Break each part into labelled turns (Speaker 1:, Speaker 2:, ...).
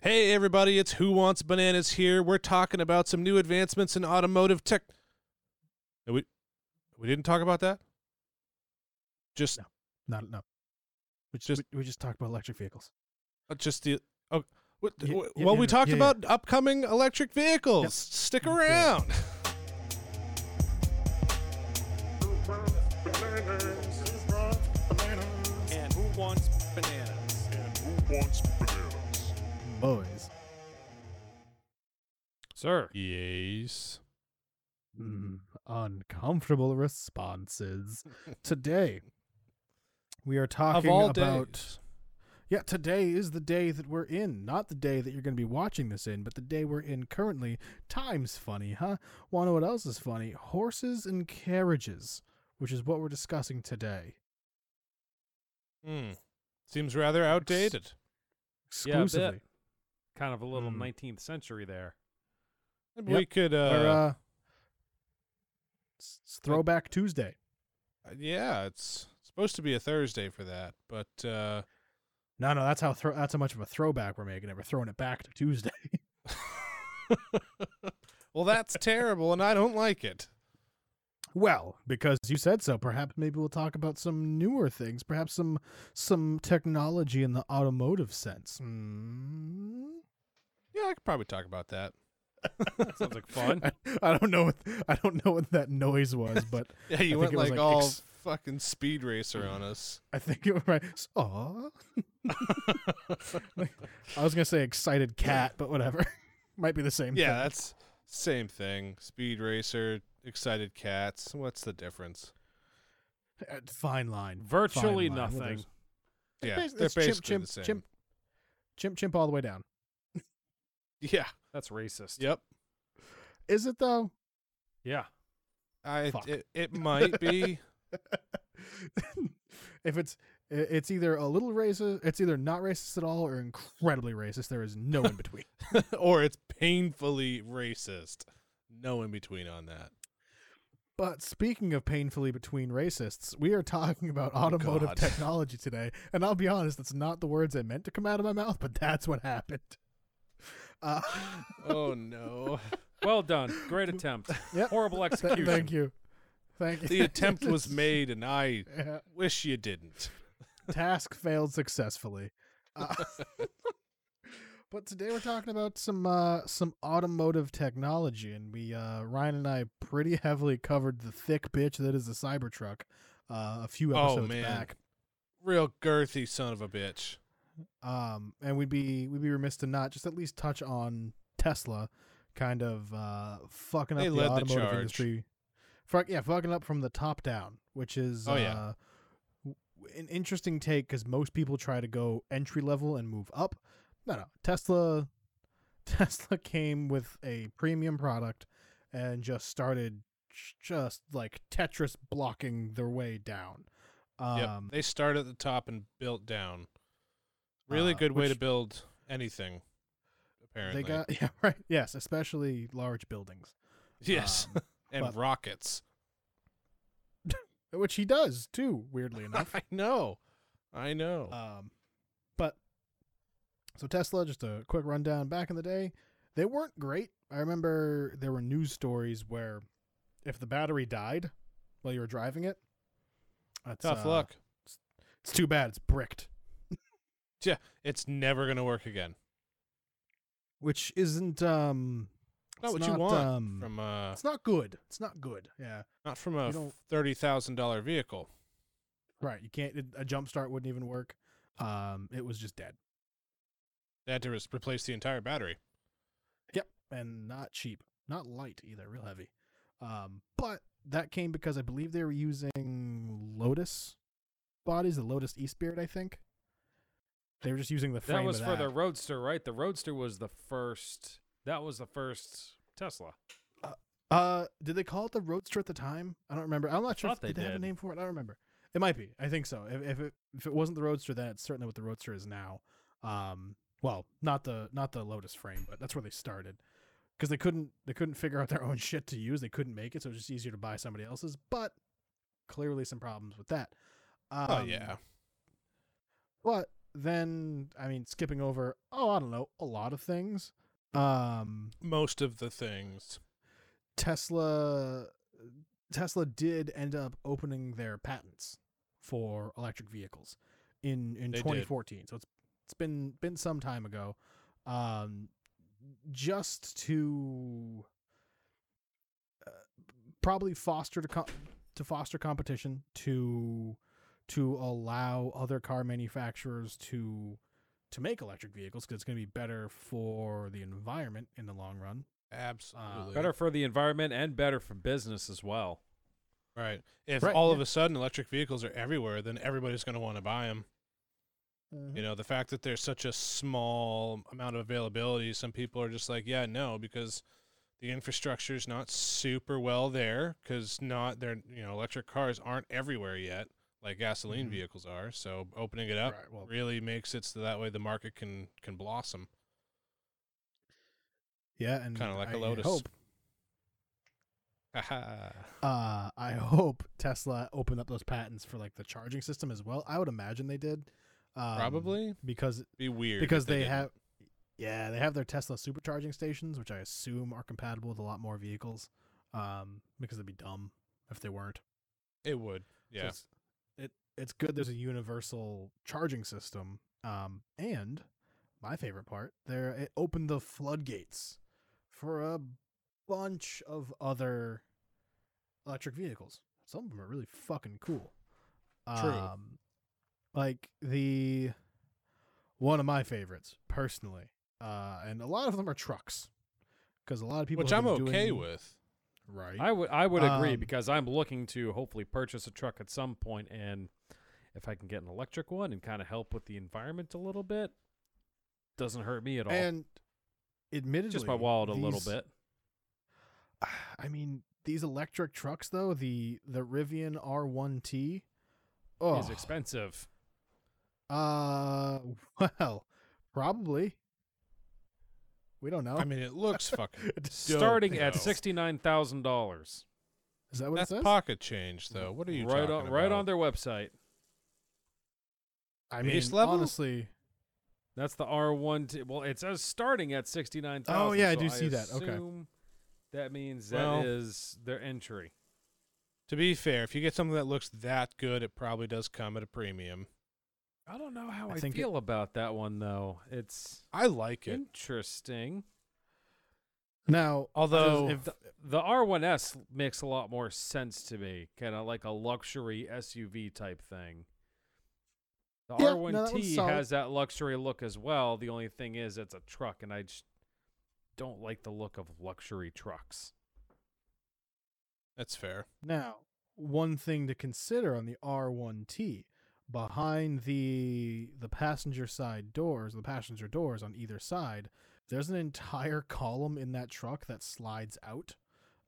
Speaker 1: Hey, everybody, it's Who Wants Bananas here. We're talking about some new advancements in automotive tech. Did We, we didn't talk about that? Just,
Speaker 2: No. Not no. We just,
Speaker 1: Just-
Speaker 2: we, we just talked about electric vehicles.
Speaker 1: uh, just the. Oh, what,
Speaker 2: Yeah,
Speaker 1: wh-
Speaker 2: yeah,
Speaker 1: well, we
Speaker 2: yeah, no,
Speaker 1: talked
Speaker 2: yeah, yeah.
Speaker 1: about upcoming electric vehicles. Stick
Speaker 2: Yeah.
Speaker 1: around.
Speaker 3: And who wants bananas?
Speaker 2: Boys.
Speaker 4: Sir.
Speaker 1: Yes.
Speaker 2: Mm, uncomfortable responses. Today we are talking
Speaker 4: of all
Speaker 2: about
Speaker 4: days.
Speaker 2: Yeah, today is the day that we're in. Not the day that you're going to be watching this in, but the day we're in currently. Time's funny, huh? Want to know what else is funny? Horses and carriages, which is what we're discussing today.
Speaker 1: Hmm. Seems rather outdated.
Speaker 4: Yeah, I bet.
Speaker 2: Exclusively.
Speaker 4: Kind of a little
Speaker 2: Mm.
Speaker 4: 19th century there.
Speaker 1: Maybe
Speaker 2: Yep.
Speaker 1: We could, uh,
Speaker 2: or, uh, it's- it's Throwback Tuesday.
Speaker 1: yeah, it's supposed to be a Thursday for that, but uh,
Speaker 2: No, no, that's how thro- that's how much of a throwback we're making it. We're throwing it back to Tuesday.
Speaker 1: well, that's terrible, and I don't like it.
Speaker 2: well, because you said so, perhaps maybe we'll talk about some newer things, perhaps some some technology in the automotive sense. Mm.
Speaker 1: Yeah, I could probably talk about that.
Speaker 4: Sounds like fun.
Speaker 2: I, I don't know what I don't know what that noise was, but
Speaker 1: Yeah, you
Speaker 2: think
Speaker 1: went
Speaker 2: it was,
Speaker 1: like,
Speaker 2: like,
Speaker 1: all
Speaker 2: ex-
Speaker 1: fucking speed racer on us.
Speaker 2: I think it was right. Aw. I was gonna say excited cat, but whatever. Might be the same.
Speaker 1: Yeah,
Speaker 2: thing.
Speaker 1: that's same thing. Speed racer, excited cats. What's the difference?
Speaker 2: Uh, fine line.
Speaker 4: Virtually
Speaker 2: fine line. Well,
Speaker 4: nothing.
Speaker 2: there's-
Speaker 1: Yeah,
Speaker 2: bas-
Speaker 1: they're
Speaker 2: it's chimp,
Speaker 1: basically
Speaker 2: chimp,
Speaker 1: the same.
Speaker 2: Chimp, chimp, chimp, all the way down.
Speaker 1: Yeah.
Speaker 4: That's racist.
Speaker 1: Yep.
Speaker 2: Is it though?
Speaker 4: Yeah.
Speaker 1: I
Speaker 2: Fuck.
Speaker 1: it, it might be.
Speaker 2: if it's i- it's either a little racist, it's either not racist at all or incredibly racist. There is no in between.
Speaker 1: or it's painfully racist. No in between on that.
Speaker 2: But speaking of painfully between racists, we are talking about automotive
Speaker 1: Oh, God.
Speaker 2: technology today. And I'll be honest, that's not the words I meant to come out of my mouth, but that's what happened. Uh,
Speaker 1: Oh no.
Speaker 4: Well done. Great attempt.
Speaker 2: Yep.
Speaker 4: Horrible
Speaker 2: th-
Speaker 4: execution.
Speaker 2: thank you. Thank you.
Speaker 1: the attempt was made and I
Speaker 2: Yeah.
Speaker 1: wish you didn't.
Speaker 2: Task failed successfully. Uh, but today we're talking about some uh, some automotive technology, and we uh, Ryan and I pretty heavily covered the thick bitch that is the Cybertruck uh, a few
Speaker 1: Oh,
Speaker 2: episodes
Speaker 1: man.
Speaker 2: back.
Speaker 1: Real girthy son of a bitch.
Speaker 2: um, and we'd be we'd be remiss to not just at least touch on Tesla, kind of uh, fucking up
Speaker 1: They
Speaker 2: the
Speaker 1: led the
Speaker 2: automotive
Speaker 1: charge.
Speaker 2: industry. Fuck yeah, fucking up from the top down, which is
Speaker 1: Oh,
Speaker 2: uh,
Speaker 1: yeah.
Speaker 2: w- an interesting take because most people try to go entry level and move up. No, no, Tesla, Tesla came with a premium product and just started j- just like Tetris blocking their way down.
Speaker 1: Yep.
Speaker 2: Um,
Speaker 1: they start at the top and built down. Really
Speaker 2: Uh,
Speaker 1: good way to
Speaker 2: which-
Speaker 1: build anything. Apparently,
Speaker 2: They got yeah right yes, especially large buildings,
Speaker 1: yes,
Speaker 2: um,
Speaker 1: and
Speaker 2: but-
Speaker 1: rockets.
Speaker 2: Um, which he does too. Weirdly enough,
Speaker 1: I know, I know.
Speaker 2: um, but so Tesla, just a quick rundown. Back in the day, they weren't great. I remember there were news stories where if the battery died while you were driving it, that's,
Speaker 1: Tough
Speaker 2: uh,
Speaker 1: luck.
Speaker 2: It's too bad. It's bricked,
Speaker 1: It's never gonna work again.
Speaker 2: which isn't um,
Speaker 1: Not
Speaker 2: it's
Speaker 1: what you want
Speaker 2: um,
Speaker 1: from uh,
Speaker 2: it's not good. It's not good. Yeah,
Speaker 1: not from a
Speaker 2: you don't-
Speaker 1: thirty thousand dollar vehicle.
Speaker 2: right. You can't. It, a jump start wouldn't even work. Um, it was just dead.
Speaker 1: They had to res- replace the entire battery.
Speaker 2: Yep, and not cheap, not light either, real heavy. Um, but that came because I believe they were using Lotus bodies, the Lotus E Spirit, I think. They were just using the frame.
Speaker 4: That was
Speaker 2: of
Speaker 4: for the
Speaker 2: that.
Speaker 4: Roadster, right? The Roadster was the first. That was the first Tesla.
Speaker 2: Uh, did they call it the Roadster at the time? I don't remember. I'm not sure.
Speaker 4: thought
Speaker 2: If,
Speaker 4: they
Speaker 2: did they have a
Speaker 4: did.
Speaker 2: name for it? I don't remember. It might be. I think so. If if it, if it wasn't the Roadster, then it's certainly what the Roadster is now. Um, well, not the not the Lotus frame, but that's where they started because they couldn't they couldn't figure out their own shit to use. They couldn't make it, so it was just easier to buy somebody else's. But
Speaker 4: Oh,
Speaker 2: clearly, some problems with that. Um,
Speaker 1: oh yeah,
Speaker 2: But then I mean, skipping over, oh, I don't know, a lot of things. Um,
Speaker 1: Most of the things.
Speaker 2: Tesla Tesla did end up opening their patents for electric vehicles in in
Speaker 1: They did.
Speaker 2: 2014. So it's it's been been some time ago. Um just to uh, probably foster to com- to foster competition to to allow other car manufacturers to to make electric vehicles because it's going to be better for the environment in the long run.
Speaker 1: Absolutely.
Speaker 4: Better for the environment and better for business as well.
Speaker 1: Right. If
Speaker 2: Right,
Speaker 1: all
Speaker 2: yeah.
Speaker 1: of a sudden electric vehicles are everywhere, then everybody's going to want to buy them.
Speaker 2: Mm-hmm.
Speaker 1: You know, the fact that there's such a small amount of availability, some people are just like, yeah, no, because the infrastructure is not super well there because not their you know electric cars aren't everywhere yet like gasoline
Speaker 2: Mhm.
Speaker 1: vehicles are. So opening it up
Speaker 2: Right, well-
Speaker 1: really makes it so that way the market can can blossom.
Speaker 2: Yeah, and
Speaker 1: Kinda like a
Speaker 2: I
Speaker 1: Lotus.
Speaker 2: Hope,
Speaker 1: Haha.
Speaker 2: uh, I hope Tesla opened up those patents for like the charging system as well. I would imagine they did, um,
Speaker 1: Probably
Speaker 2: because
Speaker 1: be weird if
Speaker 2: because they
Speaker 1: didn't.
Speaker 2: have, yeah, they have their Tesla supercharging stations, which I assume are compatible with a lot more vehicles, um, because it'd be dumb if they weren't.
Speaker 1: it would
Speaker 2: So
Speaker 1: yeah
Speaker 2: it's, it it's good. There's a universal charging system, um, and my favorite part, there it opened the floodgates for a bunch of other electric vehicles. Some of them are really fucking cool.
Speaker 1: True.
Speaker 2: Um, like the one of my favorites personally, uh, and a lot of them are trucks because a lot of people
Speaker 1: which
Speaker 2: have
Speaker 1: I'm
Speaker 2: been
Speaker 1: okay
Speaker 2: doing-
Speaker 1: with.
Speaker 2: right
Speaker 4: I would I would agree
Speaker 2: Um,
Speaker 4: because I'm looking to hopefully purchase a truck at some point and if I can get an electric one and kind of help with the environment a little bit, doesn't hurt me at all.
Speaker 2: and admittedly
Speaker 4: Just my wallet a little
Speaker 2: these-
Speaker 4: bit.
Speaker 2: I mean, these electric trucks though, the the Rivian R1T. Oh,
Speaker 4: It's expensive.
Speaker 2: uh, well, probably. We don't know.
Speaker 1: I mean, it looks fucking dope,
Speaker 4: Starting at
Speaker 1: though.
Speaker 4: sixty nine thousand dollars.
Speaker 2: Is that what
Speaker 1: That's
Speaker 2: it says?
Speaker 1: pocket change, though. What are you
Speaker 4: right
Speaker 1: talking
Speaker 4: on right
Speaker 1: about?
Speaker 4: on their website?
Speaker 2: I mean,
Speaker 1: base level?
Speaker 2: honestly,
Speaker 4: That's the R one. T- well, it says starting at sixty nine thousand.
Speaker 2: Oh, yeah, I do see that. Okay.
Speaker 4: that means
Speaker 1: Well-
Speaker 4: that is their entry.
Speaker 1: To be fair, if you get something that looks that good, it probably does come at a premium.
Speaker 4: I don't know how
Speaker 2: I
Speaker 4: I,
Speaker 2: think it-
Speaker 4: feel about that one though. It's
Speaker 1: I like it.
Speaker 4: interesting.
Speaker 2: now
Speaker 1: Although-
Speaker 2: if
Speaker 4: The, the R1S makes a lot more sense to me, kind of like a luxury SUV type thing. The
Speaker 2: Yeah, no, that one's
Speaker 4: R1T
Speaker 2: solid.
Speaker 4: has that luxury look as well. The only thing is, it's a truck, and I just don't like the look of luxury trucks.
Speaker 1: That's fair.
Speaker 2: now one thing to consider on the R1T behind the the passenger side doors, the passenger doors on either side, there's an entire column in that truck that slides out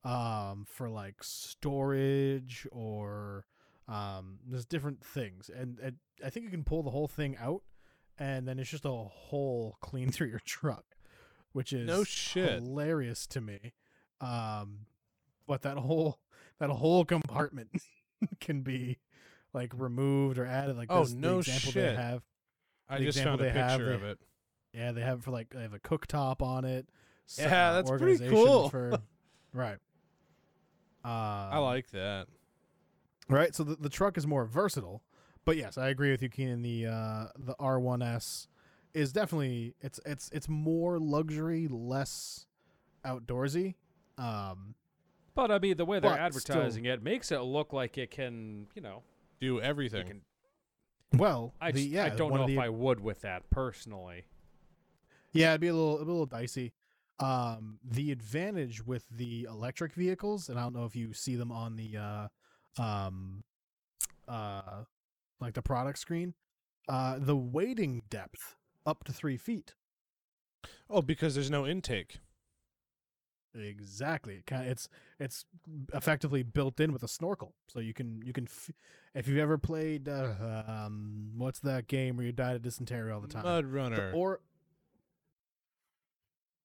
Speaker 2: um, for like storage or um, there's different things. And, and I think you can pull the whole thing out and then it's just a hole clean through your truck, which is
Speaker 1: No shit.
Speaker 2: hilarious to me. Um, but that whole that whole compartment can be like removed or added. Like
Speaker 1: Oh,
Speaker 2: this,
Speaker 1: no
Speaker 2: the example they
Speaker 1: shit.
Speaker 2: have.
Speaker 1: I
Speaker 2: The
Speaker 1: just
Speaker 2: example
Speaker 1: found a
Speaker 2: they have,
Speaker 1: picture
Speaker 2: they-
Speaker 1: of it.
Speaker 2: Yeah, they have it for like they have a cooktop on it. s-
Speaker 1: Yeah,
Speaker 2: uh,
Speaker 1: that's pretty
Speaker 2: organization
Speaker 1: cool.
Speaker 2: For, right. Uh,
Speaker 1: I like that.
Speaker 2: right. So the, the truck is more versatile, but yes, I agree with you, Keenan. The uh, the R1S is definitely it's it's it's more luxury, less outdoorsy. Um,
Speaker 4: But I mean, the way they're
Speaker 2: But still-
Speaker 4: advertising it makes it look like it can, you know,
Speaker 1: Do
Speaker 4: it
Speaker 1: everything.
Speaker 4: can-
Speaker 2: well,
Speaker 4: I,
Speaker 2: the-
Speaker 4: just-
Speaker 2: yeah,
Speaker 4: I don't
Speaker 2: one
Speaker 4: know
Speaker 2: of
Speaker 4: if
Speaker 2: the-
Speaker 4: I would with that personally.
Speaker 2: Yeah, it'd be a little, it'd be a little dicey. Um, the advantage with the electric vehicles, and I don't know if you see them on the, uh, um, uh, like the product screen, uh, the wading depth up to three feet.
Speaker 1: oh, because there's no intake.
Speaker 2: Exactly. It kind it's it's effectively built in with a snorkel, so you can you can f- if you've ever played uh, um what's that game where you die of dysentery all the time
Speaker 1: Mud
Speaker 2: The
Speaker 1: runner.
Speaker 2: or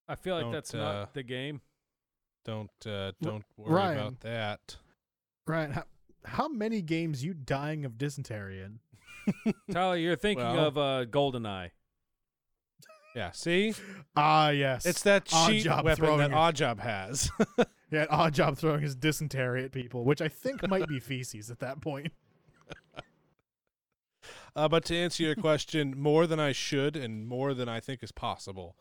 Speaker 4: I feel like
Speaker 1: Don't,
Speaker 4: that's
Speaker 1: uh,
Speaker 4: not the game.
Speaker 1: don't uh, don't worry
Speaker 2: Ryan.
Speaker 1: about that.
Speaker 2: Ryan, how, how many games you dying of dysentery in?
Speaker 4: Tyler, you're thinking
Speaker 1: Well-
Speaker 4: of uh, GoldenEye.
Speaker 1: Yeah, see,
Speaker 2: Ah, yes.
Speaker 1: it's that
Speaker 2: Odd
Speaker 1: cheat
Speaker 2: job
Speaker 1: weapon
Speaker 2: throwing
Speaker 1: that
Speaker 2: it.
Speaker 1: Oddjob has.
Speaker 2: yeah, odd job throwing his dysentery at people, which I think might be feces at that point.
Speaker 1: uh, but to answer your question, more than I should and more than I think is possible.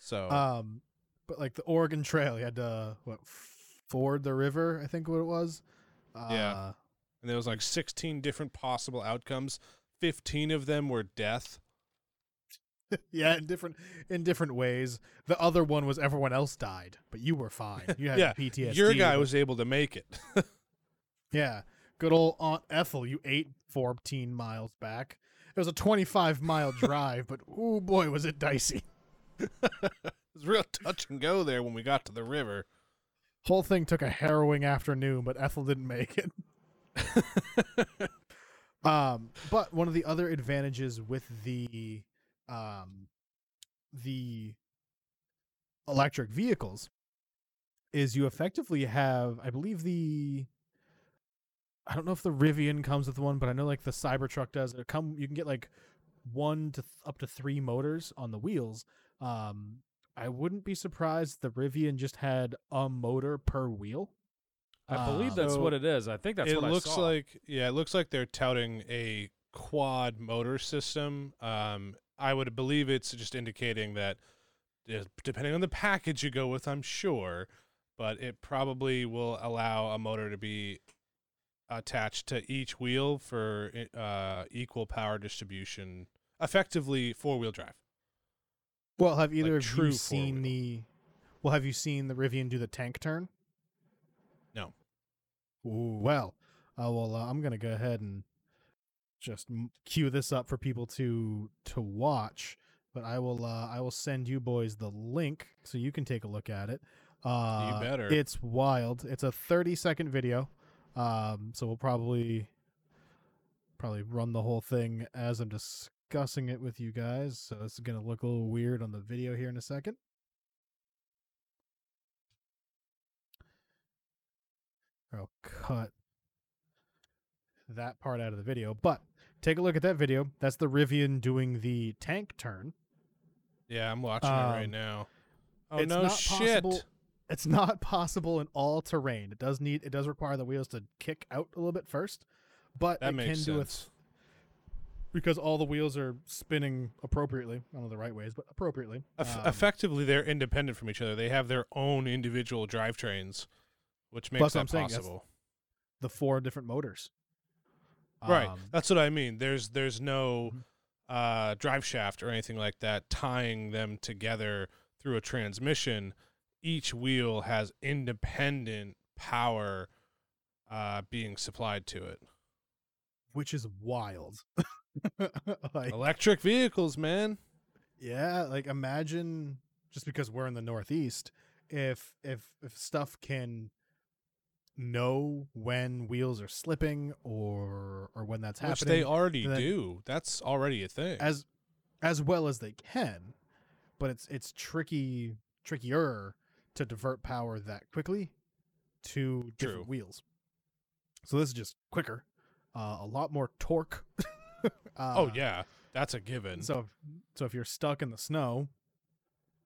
Speaker 1: So
Speaker 2: Um, but like the Oregon Trail, you had to what ford the river, I think what it was. Uh,
Speaker 1: Yeah. and there was like 16 different possible outcomes. 15 of them were death.
Speaker 2: yeah, in different in different ways. The other one was everyone else died, but you were fine. You had
Speaker 1: Yeah,
Speaker 2: PTSD.
Speaker 1: Your guy
Speaker 2: but-
Speaker 1: was able to make it.
Speaker 2: yeah. Good old Aunt Ethel, you ate 14 miles back. It was a 25 mile drive, but oh boy, was it dicey.
Speaker 1: It was real touch and go there when we got to the river.
Speaker 2: Whole thing took a harrowing afternoon, but Ethel didn't make it. um, but one of the other advantages with the um, the electric vehicles is you effectively have, I believe the I don't know if the Rivian comes with one, but I know like the Cybertruck does. It come you can get like one to th- up to three motors on the wheels. Um, I wouldn't be surprised if the Rivian just had a motor per wheel.
Speaker 4: I believe
Speaker 2: Ah.
Speaker 4: that's
Speaker 1: So
Speaker 4: what it is. I think that's
Speaker 1: it
Speaker 4: what
Speaker 1: looks
Speaker 4: I saw.
Speaker 1: like yeah, it looks like they're touting a quad motor system. Um, I would believe it's just indicating that uh, depending on the package you go with, I'm sure, but it probably will allow a motor to be attached to each wheel for i- uh, equal power distribution, effectively four wheel drive.
Speaker 2: Well, have either of
Speaker 1: true
Speaker 2: you seen
Speaker 1: four-wheel.
Speaker 2: the? Well, have you seen the Rivian do the tank turn?
Speaker 1: No.
Speaker 2: Ooh, well, uh, well, uh, I'm gonna go ahead and just m- cue this up for people to to watch. But I will uh, I will send you boys the link so you can take a look at it. Uh,
Speaker 1: better.
Speaker 2: It's wild. It's a 30 second video, um, so we'll probably probably run the whole thing as I'm discussing it with you guys. So this is gonna look a little weird on the video here in a second. I'll cut that part out of the video, but take a look at that video. That's the Rivian doing the tank turn.
Speaker 1: Yeah, I'm watching it right
Speaker 2: Um,
Speaker 1: now. Oh
Speaker 2: it's
Speaker 1: no
Speaker 2: not
Speaker 1: shit.
Speaker 2: possible- It's not possible in all terrain. It does need it does require the wheels to kick out a little bit first, but
Speaker 1: That
Speaker 2: it
Speaker 1: makes
Speaker 2: can do it
Speaker 1: sense.
Speaker 2: because all the wheels are spinning appropriately. I don't know the right ways, but appropriately.
Speaker 1: Eff-
Speaker 2: Um,
Speaker 1: effectively, they're independent from each other. They have their own individual drivetrains, which makes
Speaker 2: That's what
Speaker 1: that
Speaker 2: I'm saying, that's-
Speaker 1: possible.
Speaker 2: the four different motors.
Speaker 1: right.
Speaker 2: Um,
Speaker 1: That's what I mean. There's there's no
Speaker 2: Mhm.
Speaker 1: uh, drive shaft or anything like that tying them together through a transmission. Each wheel has independent power uh, being supplied to it.
Speaker 2: which is wild. like,
Speaker 1: Electric vehicles, man.
Speaker 2: Yeah, like imagine just because we're in the Northeast, if if if stuff can know when wheels are slipping or or when that's
Speaker 1: Which
Speaker 2: happening
Speaker 1: they already
Speaker 2: and then-
Speaker 1: do. That's already a thing.
Speaker 2: as as well as they can, but it's it's tricky trickier to divert power that quickly to different
Speaker 1: True.
Speaker 2: wheels. So this is just quicker, uh, a lot more torque. uh,
Speaker 1: oh yeah, that's a given.
Speaker 2: so, if- so if you're stuck in the snow,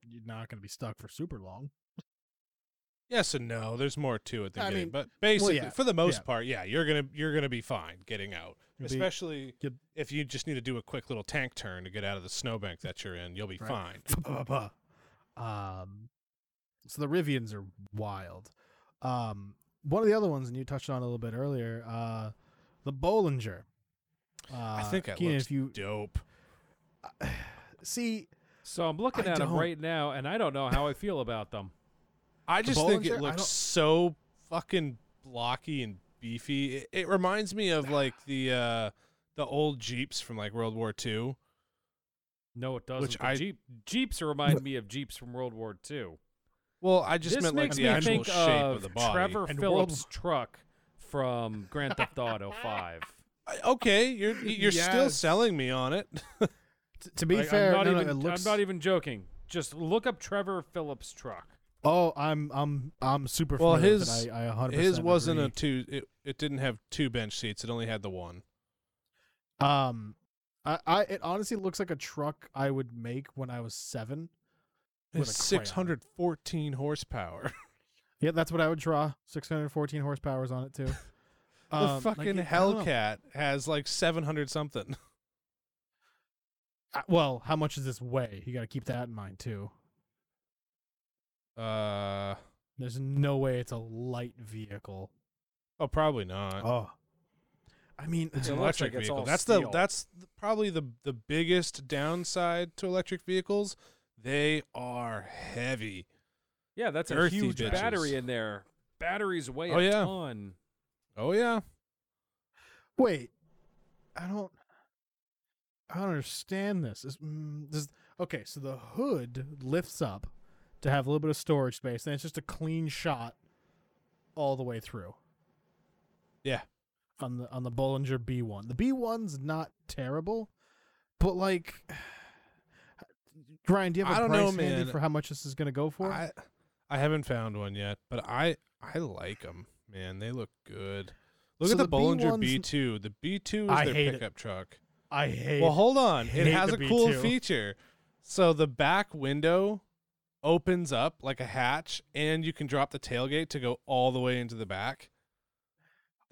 Speaker 2: you're not going to be stuck for super long.
Speaker 1: Yes and no. There's more to it than
Speaker 2: I
Speaker 1: getting,
Speaker 2: mean,
Speaker 1: but basically,
Speaker 2: yeah,
Speaker 1: for the most
Speaker 2: yeah.
Speaker 1: part, yeah, you're gonna you're gonna be fine getting out,
Speaker 2: You'll be-
Speaker 1: especially
Speaker 2: you'll-
Speaker 1: if you just need to do a quick little tank turn to get out of the snowbank that you're in. You'll be
Speaker 2: Right.
Speaker 1: fine.
Speaker 2: um, so the Rivians are wild. Um, one of the other ones, and you touched on a little bit earlier, uh, the Bollinger. Uh,
Speaker 1: I think that
Speaker 2: Keenan,
Speaker 1: looks
Speaker 2: if you
Speaker 1: dope.
Speaker 2: see,
Speaker 4: So I'm looking
Speaker 2: I
Speaker 4: at them
Speaker 2: don't-
Speaker 4: right now, and I don't know how I feel about them.
Speaker 1: I
Speaker 2: The
Speaker 1: just think
Speaker 2: Bollinger? I
Speaker 1: it
Speaker 2: don't-
Speaker 1: looks so fucking blocky and beefy. It, it reminds me of like the uh the old Jeeps from like World War II.
Speaker 4: No, it doesn't.
Speaker 1: Which
Speaker 4: The
Speaker 1: I-
Speaker 4: Jeep, Jeeps remind me of Jeeps from World War II.
Speaker 1: Well, I just
Speaker 4: this
Speaker 1: meant like
Speaker 4: makes
Speaker 1: the
Speaker 4: me
Speaker 1: actual
Speaker 4: think
Speaker 1: shape
Speaker 4: of,
Speaker 1: of, the body.
Speaker 4: Trevor
Speaker 2: And World-
Speaker 4: Phillips' truck from Grand Theft Auto Five.
Speaker 1: I- okay, you're you're still
Speaker 2: Yes.
Speaker 1: selling me on it.
Speaker 2: t- to be
Speaker 4: Like,
Speaker 2: fair,
Speaker 4: I'm not,
Speaker 2: no, no,
Speaker 4: even,
Speaker 2: it looks.
Speaker 1: e-,
Speaker 4: I'm not even joking. Just look up Trevor Phillips' truck.
Speaker 2: oh, I'm I'm I'm super.
Speaker 1: Well,
Speaker 2: familiar with
Speaker 1: his-
Speaker 2: it. I, I 100%
Speaker 1: His wasn't
Speaker 2: agree.
Speaker 1: a two. It, it didn't have two bench seats. It only had the one.
Speaker 2: Um, I, I it honestly looks like a truck I would make when I was seven. with
Speaker 1: It's
Speaker 2: a crayon.
Speaker 1: 614 horsepower.
Speaker 2: Yeah, that's what I would draw. Six hundred fourteen horsepowers on it too.
Speaker 1: the
Speaker 2: Um, like,
Speaker 1: fucking
Speaker 2: it- I don't know.
Speaker 1: Hellcat has like 700 something.
Speaker 2: Uh, well, how much does this weigh? You got to keep that in mind too.
Speaker 1: Uh,
Speaker 2: There's no way it's a light vehicle.
Speaker 1: oh, probably not.
Speaker 2: Oh, I mean,
Speaker 1: It's
Speaker 3: It
Speaker 1: an
Speaker 3: looks
Speaker 1: electric
Speaker 3: like it's
Speaker 1: vehicle.
Speaker 3: all
Speaker 1: That's the
Speaker 3: steel.
Speaker 1: that's th- probably the the biggest downside to electric vehicles. They are heavy.
Speaker 4: Yeah, that's a
Speaker 1: Earthy
Speaker 4: huge
Speaker 1: bitches.
Speaker 4: battery in there. Batteries weigh
Speaker 1: Oh,
Speaker 4: a
Speaker 1: yeah.
Speaker 4: ton.
Speaker 1: Oh yeah.
Speaker 2: wait, I don't, I don't understand this. Is mm, does okay? So the hood lifts up to have a little bit of storage space, and it's just a clean shot all the way through.
Speaker 1: Yeah.
Speaker 2: on the on the Bollinger B1. The B1's not terrible, but like, Ryan, do you have a
Speaker 1: I don't know,
Speaker 2: price handy
Speaker 1: man.
Speaker 2: for how much this is going to go for?
Speaker 1: I I haven't found one yet, but I I like them. Man, they look good. Look
Speaker 2: So
Speaker 1: at the,
Speaker 2: the
Speaker 1: Bollinger
Speaker 2: B1s
Speaker 1: B2. The B2 is
Speaker 2: I
Speaker 1: their
Speaker 2: hate it.
Speaker 1: pickup truck.
Speaker 2: I hate.
Speaker 1: Well, hold on. It
Speaker 2: hate
Speaker 1: has
Speaker 2: the
Speaker 1: a cool
Speaker 2: B2.
Speaker 1: feature. So the back window opens up like a hatch, and you can drop the tailgate to go all the way into the back.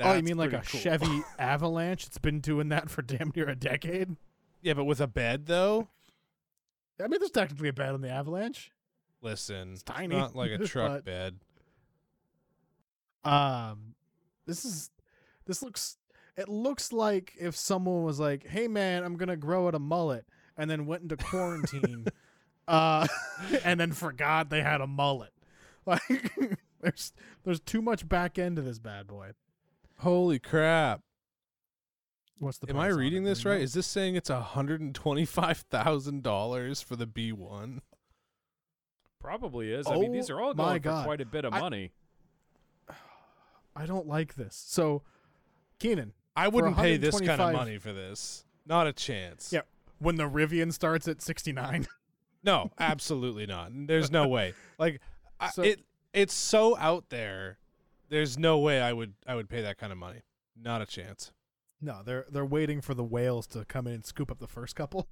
Speaker 2: oh, you
Speaker 1: That's
Speaker 2: mean like a
Speaker 1: pretty cool.
Speaker 2: Chevy Avalanche? It's been doing that for damn near a decade.
Speaker 1: yeah, but with a bed though.
Speaker 2: I mean, there's technically a bed on the Avalanche.
Speaker 1: Listen, it's
Speaker 2: tiny,
Speaker 1: not like a truck
Speaker 2: but-
Speaker 1: bed.
Speaker 2: Um, this is this looks. It looks like if someone was like, "Hey, man, I'm gonna grow out a mullet," and then went into quarantine, uh, and then forgot they had a mullet. Like, there's there's too much back end to this bad boy.
Speaker 1: Holy crap!
Speaker 2: What's the?
Speaker 1: Am I
Speaker 2: price on
Speaker 1: reading
Speaker 2: it?
Speaker 1: this
Speaker 2: Do we
Speaker 1: right?
Speaker 2: know?
Speaker 1: Is this saying it's hundred and twenty-five thousand dollars for the B one?
Speaker 4: Probably is. I mean, these
Speaker 2: Oh,
Speaker 4: are all
Speaker 2: my
Speaker 4: going for
Speaker 2: God.
Speaker 4: quite a bit of
Speaker 2: I-
Speaker 4: money.
Speaker 2: I don't like this. So, Keenan,
Speaker 1: I wouldn't pay this kind of
Speaker 2: 125
Speaker 1: money for this. Not a chance.
Speaker 2: Yeah. when the Rivian starts at 69,
Speaker 1: No, absolutely not. There's no way. Like I,
Speaker 2: So-
Speaker 1: it, it's so out there. There's no way I would I would pay that kind of money. Not a chance.
Speaker 2: no, they're they're waiting for the whales to come in and scoop up the first couple.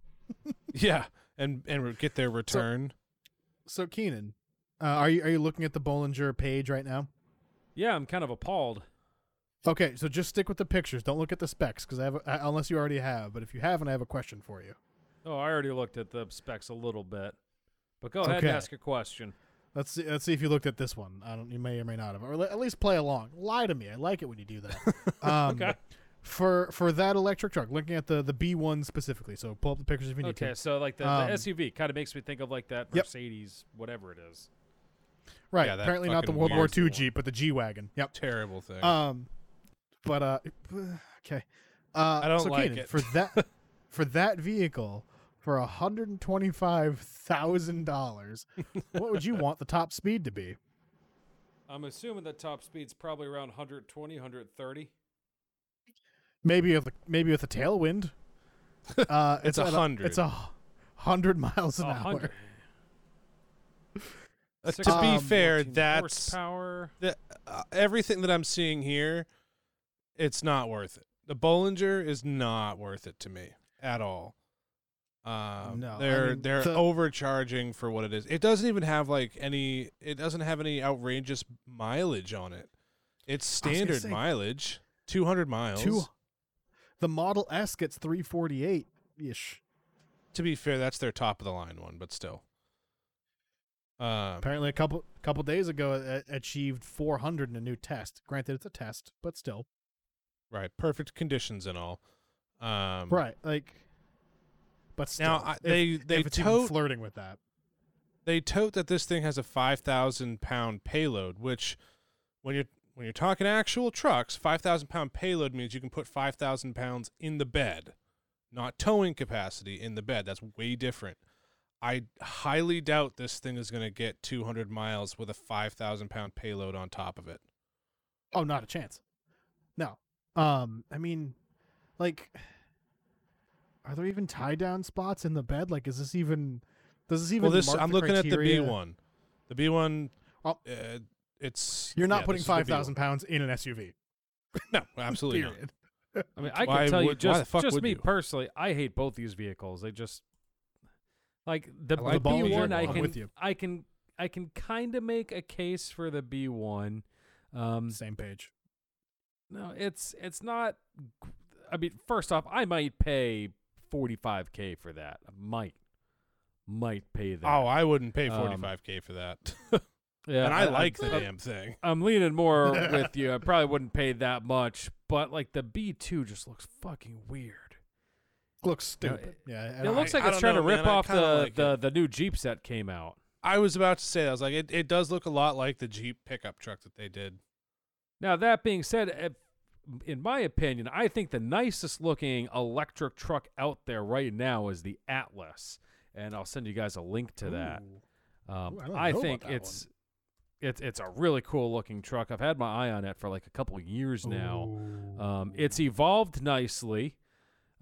Speaker 1: Yeah, and and re- get their return.
Speaker 2: So Keenan, uh, are you are you looking at the Bollinger page right now?
Speaker 4: Yeah, I'm kind of appalled.
Speaker 2: Okay, so just stick with the pictures. Don't look at the specs because I have a, uh, unless you already have. But if you haven't, I have a question for you.
Speaker 4: Oh, I already looked at the specs a little bit. But go ahead
Speaker 2: Okay.
Speaker 4: and ask a question.
Speaker 2: Let's see. Let's see if you looked at this one. I don't. You may or may not have, or le- at least play along. Lie to me. I like it when you do that. Um,
Speaker 4: Okay.
Speaker 2: For for that electric truck, looking at the the B one specifically. So pull up the pictures if you need
Speaker 4: Okay,
Speaker 2: to.
Speaker 4: so like the,
Speaker 2: Um,
Speaker 4: the SUV kind of makes me think of like that
Speaker 2: Yep.
Speaker 4: Mercedes, whatever it is.
Speaker 2: Right.
Speaker 1: Yeah, that
Speaker 2: apparently not the
Speaker 1: fucking
Speaker 2: World War
Speaker 1: weird
Speaker 2: II
Speaker 1: one.
Speaker 2: Jeep, but the G wagon. Yep.
Speaker 1: Terrible thing.
Speaker 2: Um, but uh, okay. Uh,
Speaker 1: I don't
Speaker 2: so
Speaker 1: like
Speaker 2: Keenan,
Speaker 1: it.
Speaker 2: for that for that vehicle for hundred and twenty five thousand dollars. What would you want the top speed to be?
Speaker 4: I'm assuming that top speed's probably around 120, 130.
Speaker 2: Maybe with the, maybe with a tailwind. Uh,
Speaker 1: It's a
Speaker 2: at
Speaker 1: hundred.
Speaker 2: It's a hundred miles an
Speaker 4: A
Speaker 2: hour.
Speaker 4: hundred.
Speaker 1: Uh,
Speaker 4: Six
Speaker 1: to be
Speaker 2: um,
Speaker 1: fair,
Speaker 4: 14
Speaker 1: that's
Speaker 4: horsepower.
Speaker 1: the, uh, everything that I'm seeing here. It's not worth it. The Bollinger is not worth it to me at all. Um,
Speaker 2: No, I
Speaker 1: they're
Speaker 2: mean,
Speaker 1: they're
Speaker 2: the-
Speaker 1: overcharging for what it is. It doesn't even have like any. It doesn't have any outrageous mileage on it. It's
Speaker 2: I was gonna
Speaker 1: standard
Speaker 2: say-
Speaker 1: mileage, 200 miles.
Speaker 2: Two. The Model S gets three forty eight ish.
Speaker 1: To be fair, that's their top of the line one, but still. Um,
Speaker 2: Apparently, a couple couple days ago, it achieved four hundred in a new test. Granted, it's a test, but still.
Speaker 1: right, perfect conditions and all. Um,
Speaker 2: Right, like, but still,
Speaker 1: Now, I-
Speaker 2: if-
Speaker 1: they-
Speaker 2: if
Speaker 1: they
Speaker 2: it's even
Speaker 1: tote-
Speaker 2: flirting with that.
Speaker 1: they tote that this thing has a 5000 pound payload which when you're when you're talking actual trucks 5000 pound payload means you can put 5000 pounds in the bed not towing capacity in the bed that's way different i highly doubt this thing is going to get 200 miles with a 5000 pound payload on top of it
Speaker 2: Oh, not a chance. No. Um, I mean, like, are there even tie down spots in the bed? Like, is this even? Does this even?
Speaker 1: well this
Speaker 2: mark
Speaker 1: i'm
Speaker 2: the
Speaker 1: looking
Speaker 2: criteria?
Speaker 1: at the b1 the b1
Speaker 2: Oh.
Speaker 1: uh, it's
Speaker 2: You're not
Speaker 1: yeah,
Speaker 2: putting
Speaker 1: this is the B1.
Speaker 2: five thousand pounds in an SUV.
Speaker 1: no absolutely not
Speaker 2: period.
Speaker 4: I mean, I
Speaker 1: Why
Speaker 4: can tell you
Speaker 1: would- why the
Speaker 4: just
Speaker 1: fuck
Speaker 4: just
Speaker 1: would
Speaker 4: me
Speaker 1: you?
Speaker 4: personally, I hate both these vehicles. They just like the,
Speaker 1: I like
Speaker 4: the
Speaker 1: both
Speaker 4: B one.
Speaker 1: vehicles.
Speaker 4: I
Speaker 1: I'm
Speaker 4: can
Speaker 2: with you.
Speaker 4: I can I can kind of make a case for the B one. Um,
Speaker 2: Same page.
Speaker 4: no, it's it's not. g- I mean, first off, I might pay forty five k for that. I might might pay that.
Speaker 1: Oh, I wouldn't pay
Speaker 4: Um,
Speaker 1: 45k for that.
Speaker 4: yeah,
Speaker 1: and I, like the
Speaker 4: I-
Speaker 1: damn thing.
Speaker 4: I'm leaning more with you. I probably wouldn't pay that much, but like the B2 just looks fucking weird.
Speaker 2: Looks
Speaker 4: No,
Speaker 2: stupid. yeah, and
Speaker 4: It
Speaker 2: I-
Speaker 4: looks like
Speaker 1: I
Speaker 4: it's
Speaker 1: don't
Speaker 4: trying to
Speaker 1: know,
Speaker 4: rip
Speaker 1: man. I
Speaker 4: off
Speaker 1: kinda
Speaker 4: the,
Speaker 1: like
Speaker 4: the, the new Jeeps that came out.
Speaker 1: I was about to say that. I was like, it, it does look a lot like the Jeep pickup truck that they did.
Speaker 4: Now that being said, eh, in my opinion, I think the nicest looking electric truck out there right now is the Atlas, and I'll send you guys a link to that.
Speaker 2: Ooh.
Speaker 4: Um,
Speaker 2: Ooh, I don't know
Speaker 4: I,
Speaker 2: about
Speaker 4: think
Speaker 2: that
Speaker 4: it's it's it's a really cool looking truck. I've had my eye on it for like a couple years now. Um, it's evolved nicely,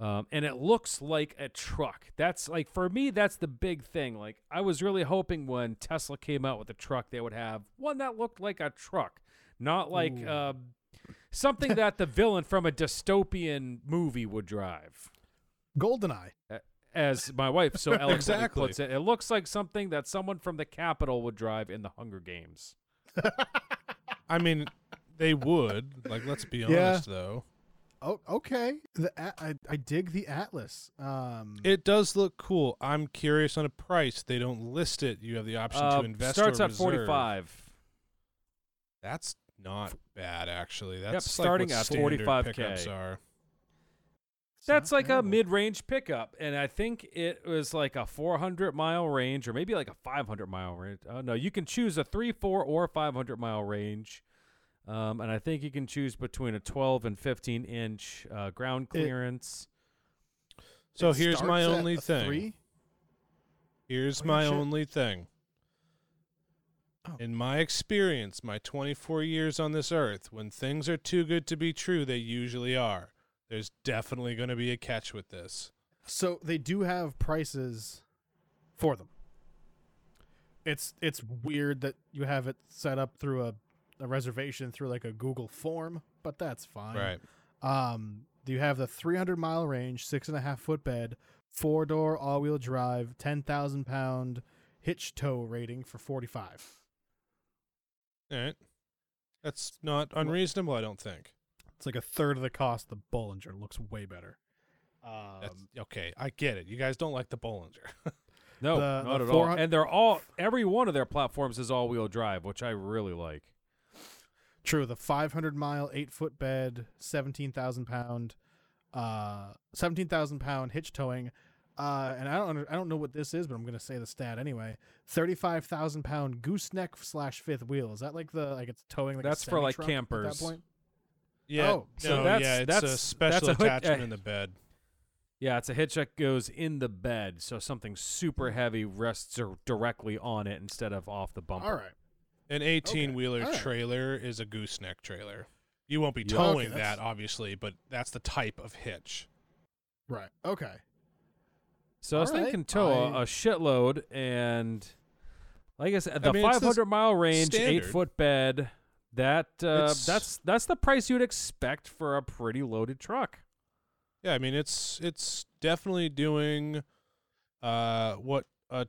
Speaker 4: um, and it looks like a truck. That's like for me, that's the big thing. Like I was really hoping when Tesla came out with the truck, they would have one that looked like a truck, not like
Speaker 2: Ooh.
Speaker 4: um, something that the villain from a dystopian movie would drive.
Speaker 2: Goldeneye.
Speaker 4: As my wife so eloquently
Speaker 1: Exactly.
Speaker 4: puts it, it looks like something that someone from the Capitol would drive in the Hunger Games.
Speaker 1: I mean, they would. Like, let's be
Speaker 2: Yeah.
Speaker 1: honest, though.
Speaker 2: Oh, okay. The a- I, I dig the Atlas. Um,
Speaker 1: It does look cool. I'm curious on a price. They don't list it. You have the option
Speaker 4: Uh,
Speaker 1: to invest.
Speaker 4: starts
Speaker 1: or
Speaker 4: at forty
Speaker 1: reserve.
Speaker 4: five.
Speaker 1: That's not bad, actually. That's like
Speaker 4: starting
Speaker 1: what
Speaker 4: at
Speaker 1: standard
Speaker 4: 45K.
Speaker 1: pickups Are.
Speaker 2: it's
Speaker 4: That's
Speaker 2: not
Speaker 4: like a
Speaker 2: terrible.
Speaker 4: mid-range pickup, and I think it was like a 400 mile range, or maybe like a 500 mile range. Oh no, you can choose a three, four, or 500 mile range, um, and I think you can choose between a 12 and 15 inch uh, ground
Speaker 2: It-
Speaker 4: clearance.
Speaker 1: So
Speaker 2: It
Speaker 1: here's my
Speaker 2: starts at
Speaker 1: only
Speaker 2: a
Speaker 1: thing.
Speaker 2: Three?
Speaker 1: Here's
Speaker 2: Oh,
Speaker 1: my
Speaker 2: shit.
Speaker 1: only thing.
Speaker 2: Oh.
Speaker 1: In my experience, my 24 years on this earth, when things are too good to be true, they usually are. There's definitely going to be a catch with this.
Speaker 2: So they do have prices for them. It's it's weird that you have it set up through a, a reservation through like a Google form, but that's fine.
Speaker 1: Right.
Speaker 2: Um, do you have the 300 mile range, six and a half foot bed, four door all wheel drive, 10,000 pound hitch tow rating for 45?
Speaker 1: All right. Eh. That's not unreasonable, I don't think.
Speaker 2: It's like a third of the cost. of The Bollinger looks way better. Um,
Speaker 1: That's, okay, I get it. You guys don't like the Bollinger.
Speaker 4: No,
Speaker 2: The-
Speaker 4: not
Speaker 2: the
Speaker 4: at all.
Speaker 2: 400
Speaker 4: And they're all every one of their platforms is all-wheel drive, which I really like.
Speaker 2: True. The 500 mile, eight foot bed, 17,000 pound, uh, 17,000 pound hitch towing. Uh, and I don't, under, I don't know what this is, but I'm going to say the stat anyway. 35,000 pound gooseneck slash fifth wheel. Is that like the, like it's towing? Like a
Speaker 4: That's for, like,
Speaker 2: semi-truck At
Speaker 4: campers.
Speaker 2: that point?
Speaker 1: yeah.
Speaker 2: Oh,
Speaker 4: so
Speaker 1: no,
Speaker 4: that's-
Speaker 1: yeah, it's
Speaker 4: that's-
Speaker 1: a
Speaker 4: that's
Speaker 1: special
Speaker 4: a hood-
Speaker 1: attachment
Speaker 4: eh.
Speaker 1: in the bed.
Speaker 4: Yeah, it's a hitch that goes in the bed, so something super heavy rests dir- directly on it instead of off the bumper.
Speaker 2: All right.
Speaker 1: An 18 wheeler
Speaker 2: all right.
Speaker 1: trailer is a gooseneck trailer. You won't be
Speaker 4: Yeah.
Speaker 2: Okay,
Speaker 1: towing
Speaker 2: that's-
Speaker 1: that, obviously, but that's the type of hitch.
Speaker 2: Right. Okay.
Speaker 4: So I was
Speaker 2: All right.
Speaker 4: thinking tow a-
Speaker 2: I-
Speaker 4: a shitload, and like I said, the
Speaker 1: mean, it's
Speaker 4: 500 mile range, eight
Speaker 1: standard.
Speaker 4: foot bed. That uh,
Speaker 1: It's-
Speaker 4: that's that's the price you'd expect for a pretty loaded truck.
Speaker 1: Yeah, I mean it's it's definitely doing uh what a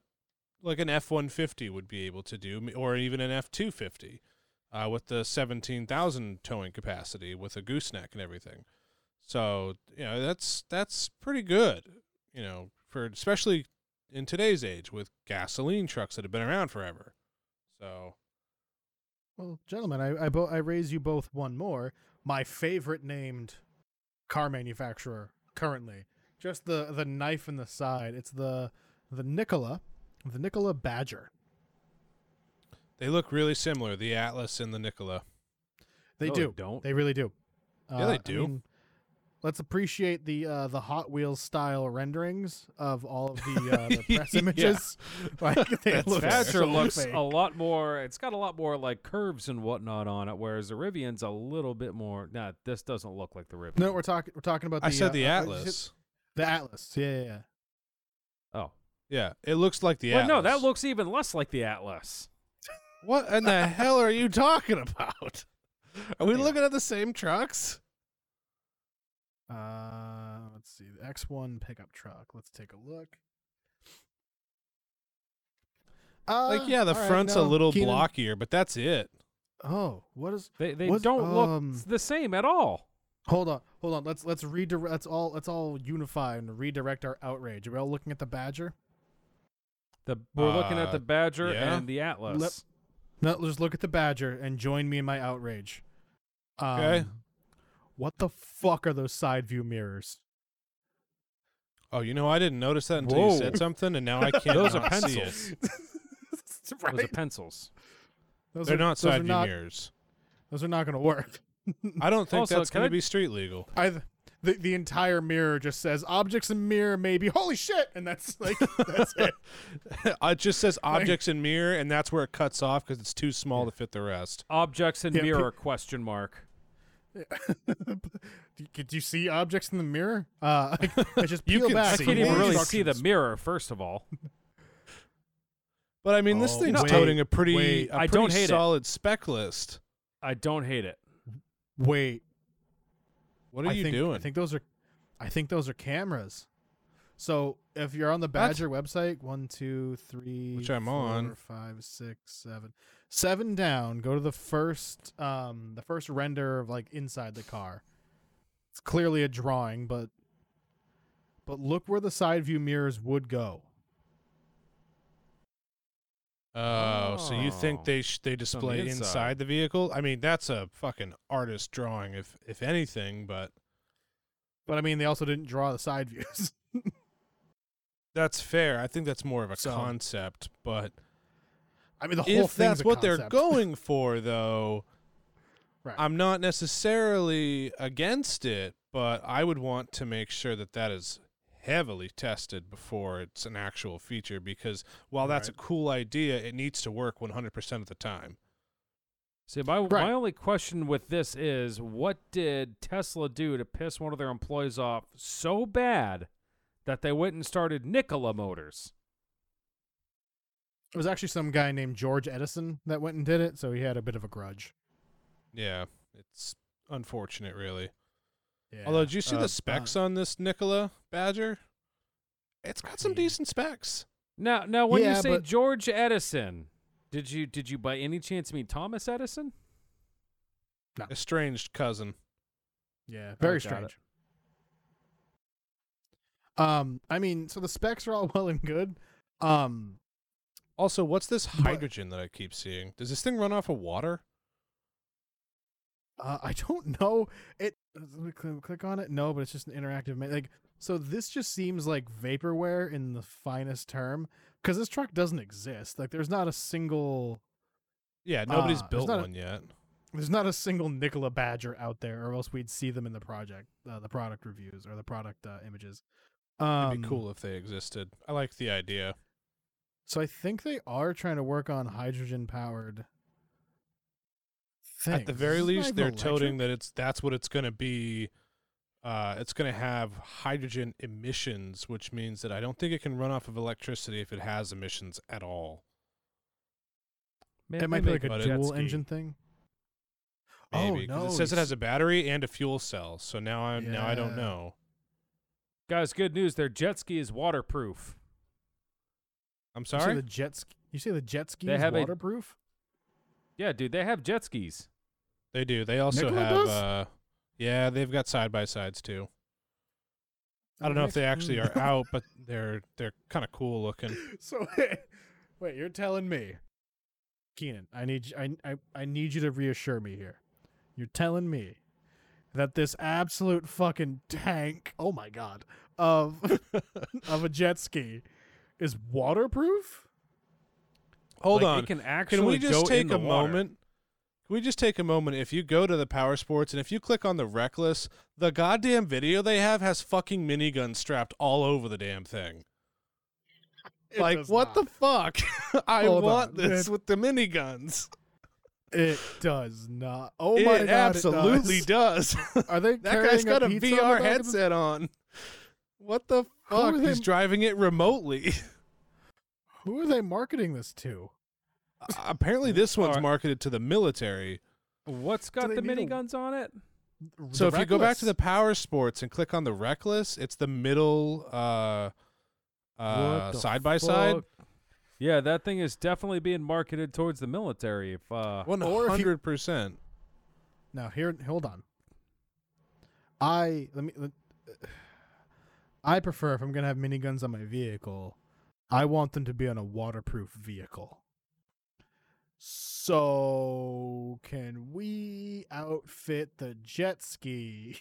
Speaker 1: like an F one fifty would be able to do, m- or even an F two fifty, uh, with the seventeen thousand towing capacity with a gooseneck and everything. So you know that's that's pretty good, you know, for especially in today's age with gasoline trucks that have been around forever. So
Speaker 2: Well, gentlemen, I I, bo- I raise you both one more. My favorite named car manufacturer currently, just the the knife in the side. It's the the Nikola, the Nikola Badger.
Speaker 1: they look really similar, the Atlas and the Nikola.
Speaker 2: They
Speaker 4: No, they
Speaker 2: do.
Speaker 4: don't.
Speaker 2: They really do. Uh,
Speaker 1: Yeah, they do.
Speaker 2: let's appreciate the uh, the Hot Wheels style renderings of all of the, uh, the press images. Like they
Speaker 1: That's
Speaker 2: look
Speaker 1: fair.
Speaker 4: Badger
Speaker 2: so
Speaker 4: looks
Speaker 2: fake.
Speaker 4: a lot more. It's got a lot more like curves and whatnot on it, whereas the Rivian's a little bit more. Nah, this doesn't look like the Rivian.
Speaker 2: No, we're talking we're talking about. The,
Speaker 1: I said
Speaker 2: uh,
Speaker 1: the
Speaker 2: uh,
Speaker 1: Atlas.
Speaker 2: The Atlas. Yeah, yeah, yeah.
Speaker 4: Oh,
Speaker 1: Yeah, it looks like the
Speaker 4: well,
Speaker 1: Atlas.
Speaker 4: no, that looks even less like the Atlas.
Speaker 1: What in the hell are you talking about? Are we looking at the same trucks?
Speaker 2: Uh, let's see the X1 pickup truck. Let's take a look. Uh,
Speaker 1: Like yeah, the
Speaker 2: all right,
Speaker 1: front's a
Speaker 2: no,
Speaker 1: little
Speaker 2: Keenan-
Speaker 1: blockier, but that's it.
Speaker 2: Oh, what is?
Speaker 4: They they
Speaker 2: Was-
Speaker 4: don't
Speaker 2: um,
Speaker 4: look s- the same at all.
Speaker 2: Hold on, hold on. Let's let's redirect. Let's all let's all unify and redirect our outrage. Are we all looking at the Badger?
Speaker 4: The we're looking at
Speaker 1: uh,
Speaker 4: the Badger
Speaker 1: yeah.
Speaker 4: and the Atlas.
Speaker 2: No, let's look at the Badger and join me in my outrage. Um,
Speaker 1: Okay.
Speaker 2: What the fuck are those side view mirrors?
Speaker 1: Oh, you know, I didn't notice that until you
Speaker 4: Whoa.
Speaker 1: said something, and now I can't.
Speaker 4: Those are
Speaker 1: not see it.
Speaker 4: pencils.
Speaker 2: Right?
Speaker 4: Those are pencils.
Speaker 2: Those
Speaker 1: They're not
Speaker 2: those
Speaker 1: side view
Speaker 2: not-
Speaker 1: mirrors.
Speaker 2: Those are not going to work.
Speaker 1: I don't think
Speaker 4: Also,
Speaker 1: that's
Speaker 4: can
Speaker 1: going
Speaker 4: I-
Speaker 1: to be street legal.
Speaker 2: I the the entire mirror just says objects in mirror maybe holy shit and that's like that's it.
Speaker 1: it just says objects in mirror, and that's where it cuts off because it's too small to fit the rest.
Speaker 4: Objects in
Speaker 2: Yeah, pe-
Speaker 4: mirror question mark.
Speaker 2: Do- Could you see objects in the mirror? Uh, I just
Speaker 1: You
Speaker 2: peel
Speaker 1: can
Speaker 2: back.
Speaker 4: I
Speaker 1: see
Speaker 2: the
Speaker 4: can't even
Speaker 1: more
Speaker 4: really see the
Speaker 2: instructions.
Speaker 4: mirror. First of all,
Speaker 1: But I mean, this
Speaker 2: Oh,
Speaker 1: thing's
Speaker 2: wait,
Speaker 1: toting a pretty,
Speaker 2: wait.
Speaker 1: a
Speaker 4: I
Speaker 1: pretty
Speaker 4: don't hate it.
Speaker 1: solid spec list.
Speaker 4: I don't hate it.
Speaker 2: Wait,
Speaker 1: What are
Speaker 2: I
Speaker 1: you
Speaker 2: think,
Speaker 1: doing?
Speaker 2: I think those are, I think those are cameras. So if you're on the Badger website, one, two, three,
Speaker 1: Which I'm
Speaker 2: four,
Speaker 1: on.
Speaker 2: five, six, seven, seven down. Go to the first, um, the first render of like inside the car. It's clearly a drawing, but, but look where the side view mirrors would go.
Speaker 1: Oh, so you
Speaker 4: Oh.
Speaker 1: think they sh- they
Speaker 4: It's on the
Speaker 1: display
Speaker 4: inside.
Speaker 1: inside the vehicle? I mean, that's a fucking artist drawing, if if anything. But
Speaker 2: But I mean, they also didn't draw the side views.
Speaker 1: that's fair. I think that's more of a
Speaker 2: So-
Speaker 1: concept. But
Speaker 2: I mean, the whole
Speaker 1: if
Speaker 2: thing's
Speaker 1: that's
Speaker 2: a
Speaker 1: what they're
Speaker 2: concept.
Speaker 1: going for, though,
Speaker 2: Right.
Speaker 1: I'm not necessarily against it. But I would want to make sure that that is heavily tested before it's an actual feature, because while that's
Speaker 2: Right.
Speaker 1: a cool idea, it needs to work 100% of the time.
Speaker 4: See, my my
Speaker 2: Right.
Speaker 4: only question with this is, what did Tesla do to piss one of their employees off so bad that they went and started Nikola Motors?
Speaker 2: It was actually some guy named George Edison that went and did it, so he had a bit of a grudge.
Speaker 1: Yeah, it's unfortunate, really.
Speaker 2: Yeah.
Speaker 1: Although, did you see
Speaker 2: Uh,
Speaker 1: the specs
Speaker 2: uh,
Speaker 1: on this Nikola Badger? It's got some
Speaker 2: I mean-
Speaker 1: decent specs.
Speaker 4: Now, now, when
Speaker 2: Yeah,
Speaker 4: you say
Speaker 2: but-
Speaker 4: George Edison, did you did you by any chance mean Thomas Edison?
Speaker 1: Estranged cousin.
Speaker 2: yeah, very
Speaker 4: got it.
Speaker 2: strange. Um, I mean, so the specs are all well and good. Um,
Speaker 1: Also, what's this
Speaker 2: But-
Speaker 1: hydrogen that I keep seeing? Does this thing run off of water?
Speaker 2: uh, I don't know it. Let me click, click on it. No, but it's just an interactive. ma- Like, so this just seems like vaporware in the finest term, because this truck doesn't exist. Like, there's not a single
Speaker 1: Yeah, nobody's
Speaker 2: Ah, it's
Speaker 1: built
Speaker 2: not a-
Speaker 1: one yet.
Speaker 2: There's not a single Nicola Badger out there, or else we'd see them in the project, uh, the product reviews or the product uh, images. Um,
Speaker 1: It'd be cool if they existed. I like the idea.
Speaker 2: So I think they are trying to work on hydrogen powered.
Speaker 1: At the very least, they're toting that it's that's what it's going to be. Uh, it's going to have hydrogen emissions, which means that I don't think it can run off of electricity if it has emissions at all.
Speaker 4: Man,
Speaker 2: It might
Speaker 4: they
Speaker 2: be like
Speaker 4: make
Speaker 2: a
Speaker 1: jet
Speaker 2: dual
Speaker 4: ski.
Speaker 2: engine thing.
Speaker 1: Maybe,
Speaker 2: oh
Speaker 1: 'cause
Speaker 2: no!
Speaker 1: it says it
Speaker 2: you
Speaker 1: has a battery and a fuel cell. So now I now I
Speaker 2: Yeah.
Speaker 1: don't know.
Speaker 4: Guys, good news. Their jet ski is waterproof.
Speaker 1: I'm
Speaker 2: You say
Speaker 1: sorry.
Speaker 2: the jet ski. You say the jet ski
Speaker 4: They
Speaker 2: is
Speaker 4: have a-
Speaker 2: waterproof.
Speaker 4: Yeah, dude, they have jet skis.
Speaker 1: They do. They also
Speaker 2: Nikola
Speaker 1: have.
Speaker 2: does?
Speaker 1: Uh, yeah, they've got side by sides too. I don't know if
Speaker 2: Okay.
Speaker 1: they actually are
Speaker 2: Mm.
Speaker 1: out, but they're they're kind of cool looking.
Speaker 2: so wait, you're telling me, Keenan? I need you- I, I I need you to reassure me here. You're telling me that this absolute fucking tank, oh my god, of of a jet ski is waterproof?
Speaker 1: Hold
Speaker 4: Like,
Speaker 1: on.
Speaker 4: They can actually
Speaker 1: Can we
Speaker 4: go
Speaker 1: just take
Speaker 4: in the
Speaker 1: a
Speaker 4: water.
Speaker 1: moment? Can we just take a moment? If you go to the Power Sports and if you click on the Reckless, the goddamn video they have has fucking miniguns strapped all over the damn thing.
Speaker 2: It
Speaker 1: like
Speaker 2: does
Speaker 1: what
Speaker 2: not.
Speaker 1: the fuck? I
Speaker 2: Hold
Speaker 1: want
Speaker 2: on.
Speaker 1: this
Speaker 2: It-
Speaker 1: with the miniguns.
Speaker 2: It does not. Oh
Speaker 1: it
Speaker 2: my god,
Speaker 1: absolutely
Speaker 2: It does.
Speaker 1: does.
Speaker 2: Are they
Speaker 1: that
Speaker 2: carrying
Speaker 1: guy's got a
Speaker 2: pizza on the back
Speaker 1: VR
Speaker 2: of the-
Speaker 1: headset on. What the
Speaker 2: Who are
Speaker 1: fuck? He's
Speaker 2: they-
Speaker 1: driving it remotely.
Speaker 2: Who are they marketing this to?
Speaker 1: Apparently, this one's
Speaker 4: Alright.
Speaker 1: marketed to the military.
Speaker 4: What's got
Speaker 2: they
Speaker 4: the
Speaker 2: need a-
Speaker 4: miniguns on it?
Speaker 1: So if you go back to
Speaker 2: Reckless.
Speaker 1: the power sports and click on the reckless, it's the middle uh uh
Speaker 4: What the
Speaker 1: side by side.
Speaker 4: fuck? Yeah, that thing is definitely being marketed towards the military. If uh,
Speaker 1: One
Speaker 2: Or if you-
Speaker 1: hundred percent.
Speaker 2: Now here, hold on. I let me. Let, I prefer if I'm gonna have miniguns on my vehicle, I want them to be on a waterproof vehicle. So can we outfit the jet ski?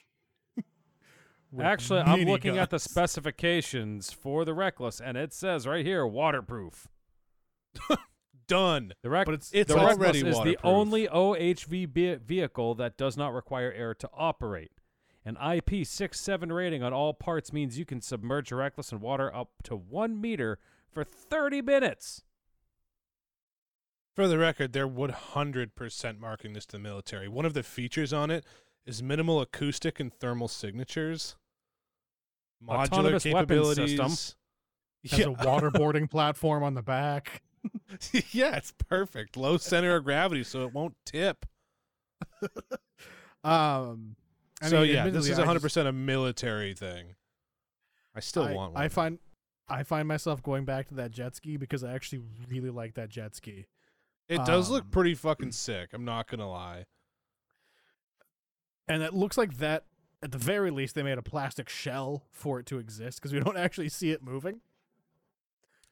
Speaker 2: with
Speaker 4: actually, I'm looking at the
Speaker 2: miniguns?
Speaker 4: specifications for the Reckless, and it says right here waterproof.
Speaker 1: Done.
Speaker 4: The Reckless.
Speaker 2: But it's
Speaker 1: It's
Speaker 4: the Reckless
Speaker 1: already
Speaker 4: is the
Speaker 1: waterproof.
Speaker 4: only OHV be- vehicle that does not require air to operate. An IP67 rating on all parts means you can submerge your Reckless in water up to one meter for 30 minutes.
Speaker 1: For the record, they're 100% marking this to the military. One of the features on it is minimal acoustic and thermal signatures, modular
Speaker 4: Autonomous weapons system.
Speaker 1: capabilities.
Speaker 2: has a waterboarding platform on the back.
Speaker 1: yeah, it's perfect. Low center of gravity, so it won't tip.
Speaker 2: Um, I
Speaker 1: so
Speaker 2: mean,
Speaker 1: yeah, this
Speaker 2: admittedly,
Speaker 1: is
Speaker 2: I just-
Speaker 1: 100% a military thing. I still
Speaker 2: I,
Speaker 1: want one.
Speaker 2: I find I find myself going back to that jet ski because I actually really like that jet ski.
Speaker 1: it does look
Speaker 2: um,
Speaker 1: pretty fucking sick. I'm not gonna lie.
Speaker 2: And it looks like that at the very least they made a plastic shell for it to exist because we don't actually see it moving.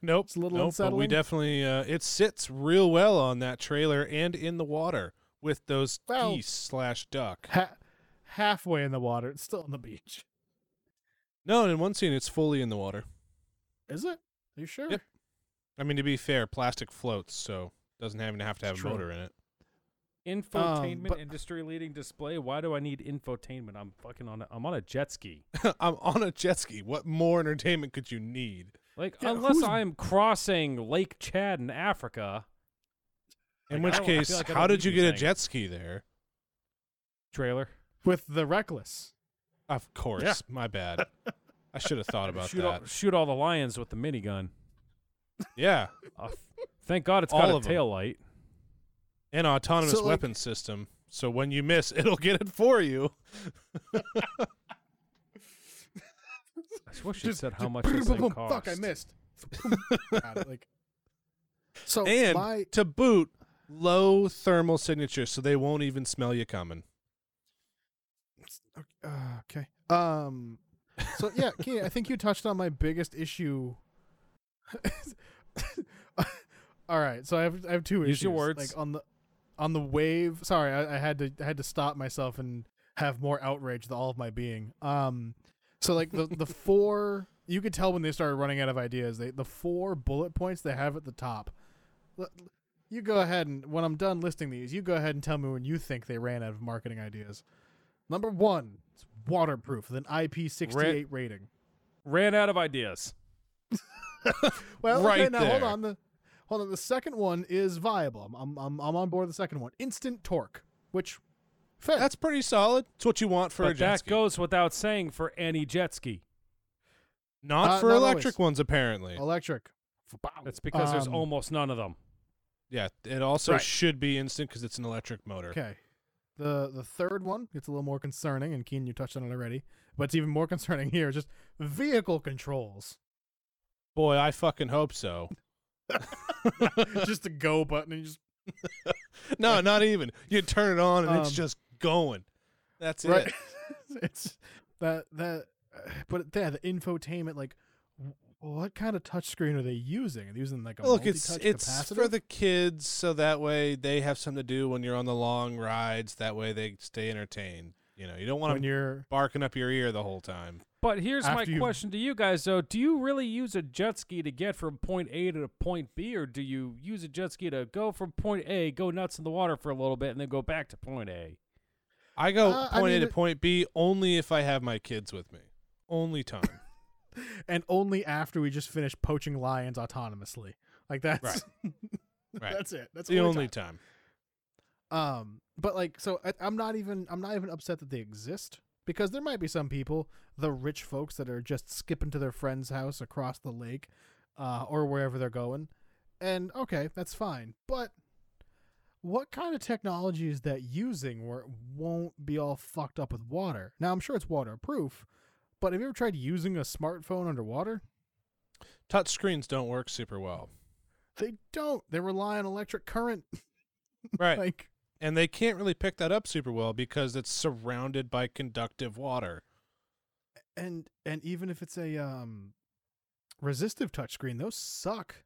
Speaker 1: Nope,
Speaker 2: It's a little
Speaker 1: nope. But we
Speaker 2: unsettling.
Speaker 1: definitely uh, it sits real well on that trailer and in the water with those
Speaker 2: Well-
Speaker 1: geese slash duck.
Speaker 2: Ha- halfway in the water, it's still on the beach.
Speaker 1: No, in one scene it's fully in the water.
Speaker 2: Is it? Are you sure?
Speaker 1: Yep. I mean, to be fair, plastic floats, so doesn't even have to have
Speaker 2: It's
Speaker 1: a
Speaker 2: true.
Speaker 1: motor in it. Um,
Speaker 4: Infotainment
Speaker 2: but-
Speaker 4: industry leading display. Why do I need infotainment? I'm fucking on. A, I'm on a jet ski.
Speaker 1: I'm on a jet ski. What more entertainment could you need?
Speaker 4: Like
Speaker 2: Yeah,
Speaker 4: unless
Speaker 2: who's-
Speaker 4: I'm crossing Lake Chad in Africa.
Speaker 1: In
Speaker 4: Like, I
Speaker 1: which
Speaker 4: don't- I feel
Speaker 1: case,
Speaker 4: like I
Speaker 1: how
Speaker 4: don't
Speaker 1: did
Speaker 4: need
Speaker 1: you get a
Speaker 4: anything.
Speaker 1: jet ski there?
Speaker 4: Trailer.
Speaker 2: With the reckless.
Speaker 1: Of course, my bad. I should have thought about
Speaker 4: shoot
Speaker 1: that.
Speaker 4: all, shoot all the lions with the minigun.
Speaker 1: Yeah,
Speaker 4: Uh, thank God it's
Speaker 1: All
Speaker 4: got a
Speaker 1: of 'em.
Speaker 4: tail light.
Speaker 1: an autonomous
Speaker 2: So, like-
Speaker 1: weapon system. So when you miss, it'll get it for you.
Speaker 4: I wish it
Speaker 2: Just-
Speaker 4: said how
Speaker 2: just
Speaker 4: much
Speaker 2: boom,
Speaker 4: this
Speaker 2: boom,
Speaker 4: thing
Speaker 2: boom,
Speaker 4: cost.
Speaker 2: Fuck, I missed. Got it, like- so
Speaker 1: and
Speaker 2: my
Speaker 1: to boot, low thermal signature, so they won't even smell you coming.
Speaker 2: Uh, okay. Um. So yeah, Keenan, I think you touched on my biggest issue. All right, so I have I have two
Speaker 4: Use
Speaker 2: issues.
Speaker 4: your words.
Speaker 2: Like on the on the wave. Sorry, I, I had to I had to stop myself and have more outrage than all of my being. Um. So like the the four you could tell when they started running out of ideas. They the four bullet points they have at the top. L- You go ahead and when I'm done listing these, you go ahead and tell me when you think they ran out of marketing ideas. Number one, it's waterproof with an IP68 rating.
Speaker 4: Ran out of ideas.
Speaker 2: Well, okay,
Speaker 1: Right
Speaker 2: now hold
Speaker 1: there.
Speaker 2: on. The hold on. The second one is viable. I'm I'm I'm, I'm on board with the second one. Instant torque, which fair.
Speaker 1: That's pretty solid. It's what you want for a
Speaker 4: but
Speaker 1: jet
Speaker 4: that
Speaker 1: ski.
Speaker 4: goes without saying for any jet ski.
Speaker 1: not
Speaker 2: Uh,
Speaker 1: for
Speaker 2: not
Speaker 1: electric
Speaker 2: always.
Speaker 1: ones, apparently.
Speaker 2: electric.
Speaker 4: That's because there's
Speaker 2: Um,
Speaker 4: almost none of them.
Speaker 1: Yeah, it also
Speaker 2: Right.
Speaker 1: should be instant because it's an electric motor.
Speaker 2: Okay. The the third one gets a little more concerning, and Keen, you touched on it already. But it's even more concerning here. Just vehicle controls.
Speaker 1: Boy, I fucking hope so.
Speaker 2: just the go button, and you just
Speaker 1: No, not even. You turn it on and it's
Speaker 2: Um,
Speaker 1: just going. That's
Speaker 2: right.
Speaker 1: it.
Speaker 2: it's that that, but yeah, the infotainment. Like, w- what kind of touchscreen are they using? Are they using like a
Speaker 1: Look, it's
Speaker 2: multi-touch
Speaker 1: it's
Speaker 2: capacitor?
Speaker 1: for the kids, so that way they have something to do when you're on the long rides. That way they stay entertained. You know, you don't want
Speaker 2: when
Speaker 1: them
Speaker 2: you're
Speaker 1: barking up your ear the whole time.
Speaker 4: But here's my
Speaker 2: After you-
Speaker 4: question to you guys though. Do you really use a jet ski to get from point A to point B or do you use a jet ski to go from point A, go nuts in the water for a little bit and then go back to point A?
Speaker 1: I go
Speaker 2: Uh, I
Speaker 1: point
Speaker 2: mean,
Speaker 1: A to
Speaker 2: it-
Speaker 1: point B only if I have my kids with me. Only time.
Speaker 2: and only after we just finish poaching lions autonomously. Like that's
Speaker 1: Right.
Speaker 2: that's it. That's
Speaker 1: the
Speaker 2: only
Speaker 1: only
Speaker 2: time.
Speaker 1: time.
Speaker 2: Um, but like, so I, I'm not even I'm not even upset that they exist because there might be some people, the rich folks that are just skipping to their friend's house across the lake, uh, or wherever they're going, and okay, that's fine. But what kind of technology is that using where it won't be all fucked up with water? Now I'm sure it's waterproof, but have you ever tried using a smartphone underwater?
Speaker 1: Touch screens don't work super well.
Speaker 2: They don't. They rely on electric current.
Speaker 1: Right.
Speaker 2: Like
Speaker 1: and they can't really pick that up super well because it's surrounded by conductive water.
Speaker 2: and and even if it's a um resistive touchscreen, those suck.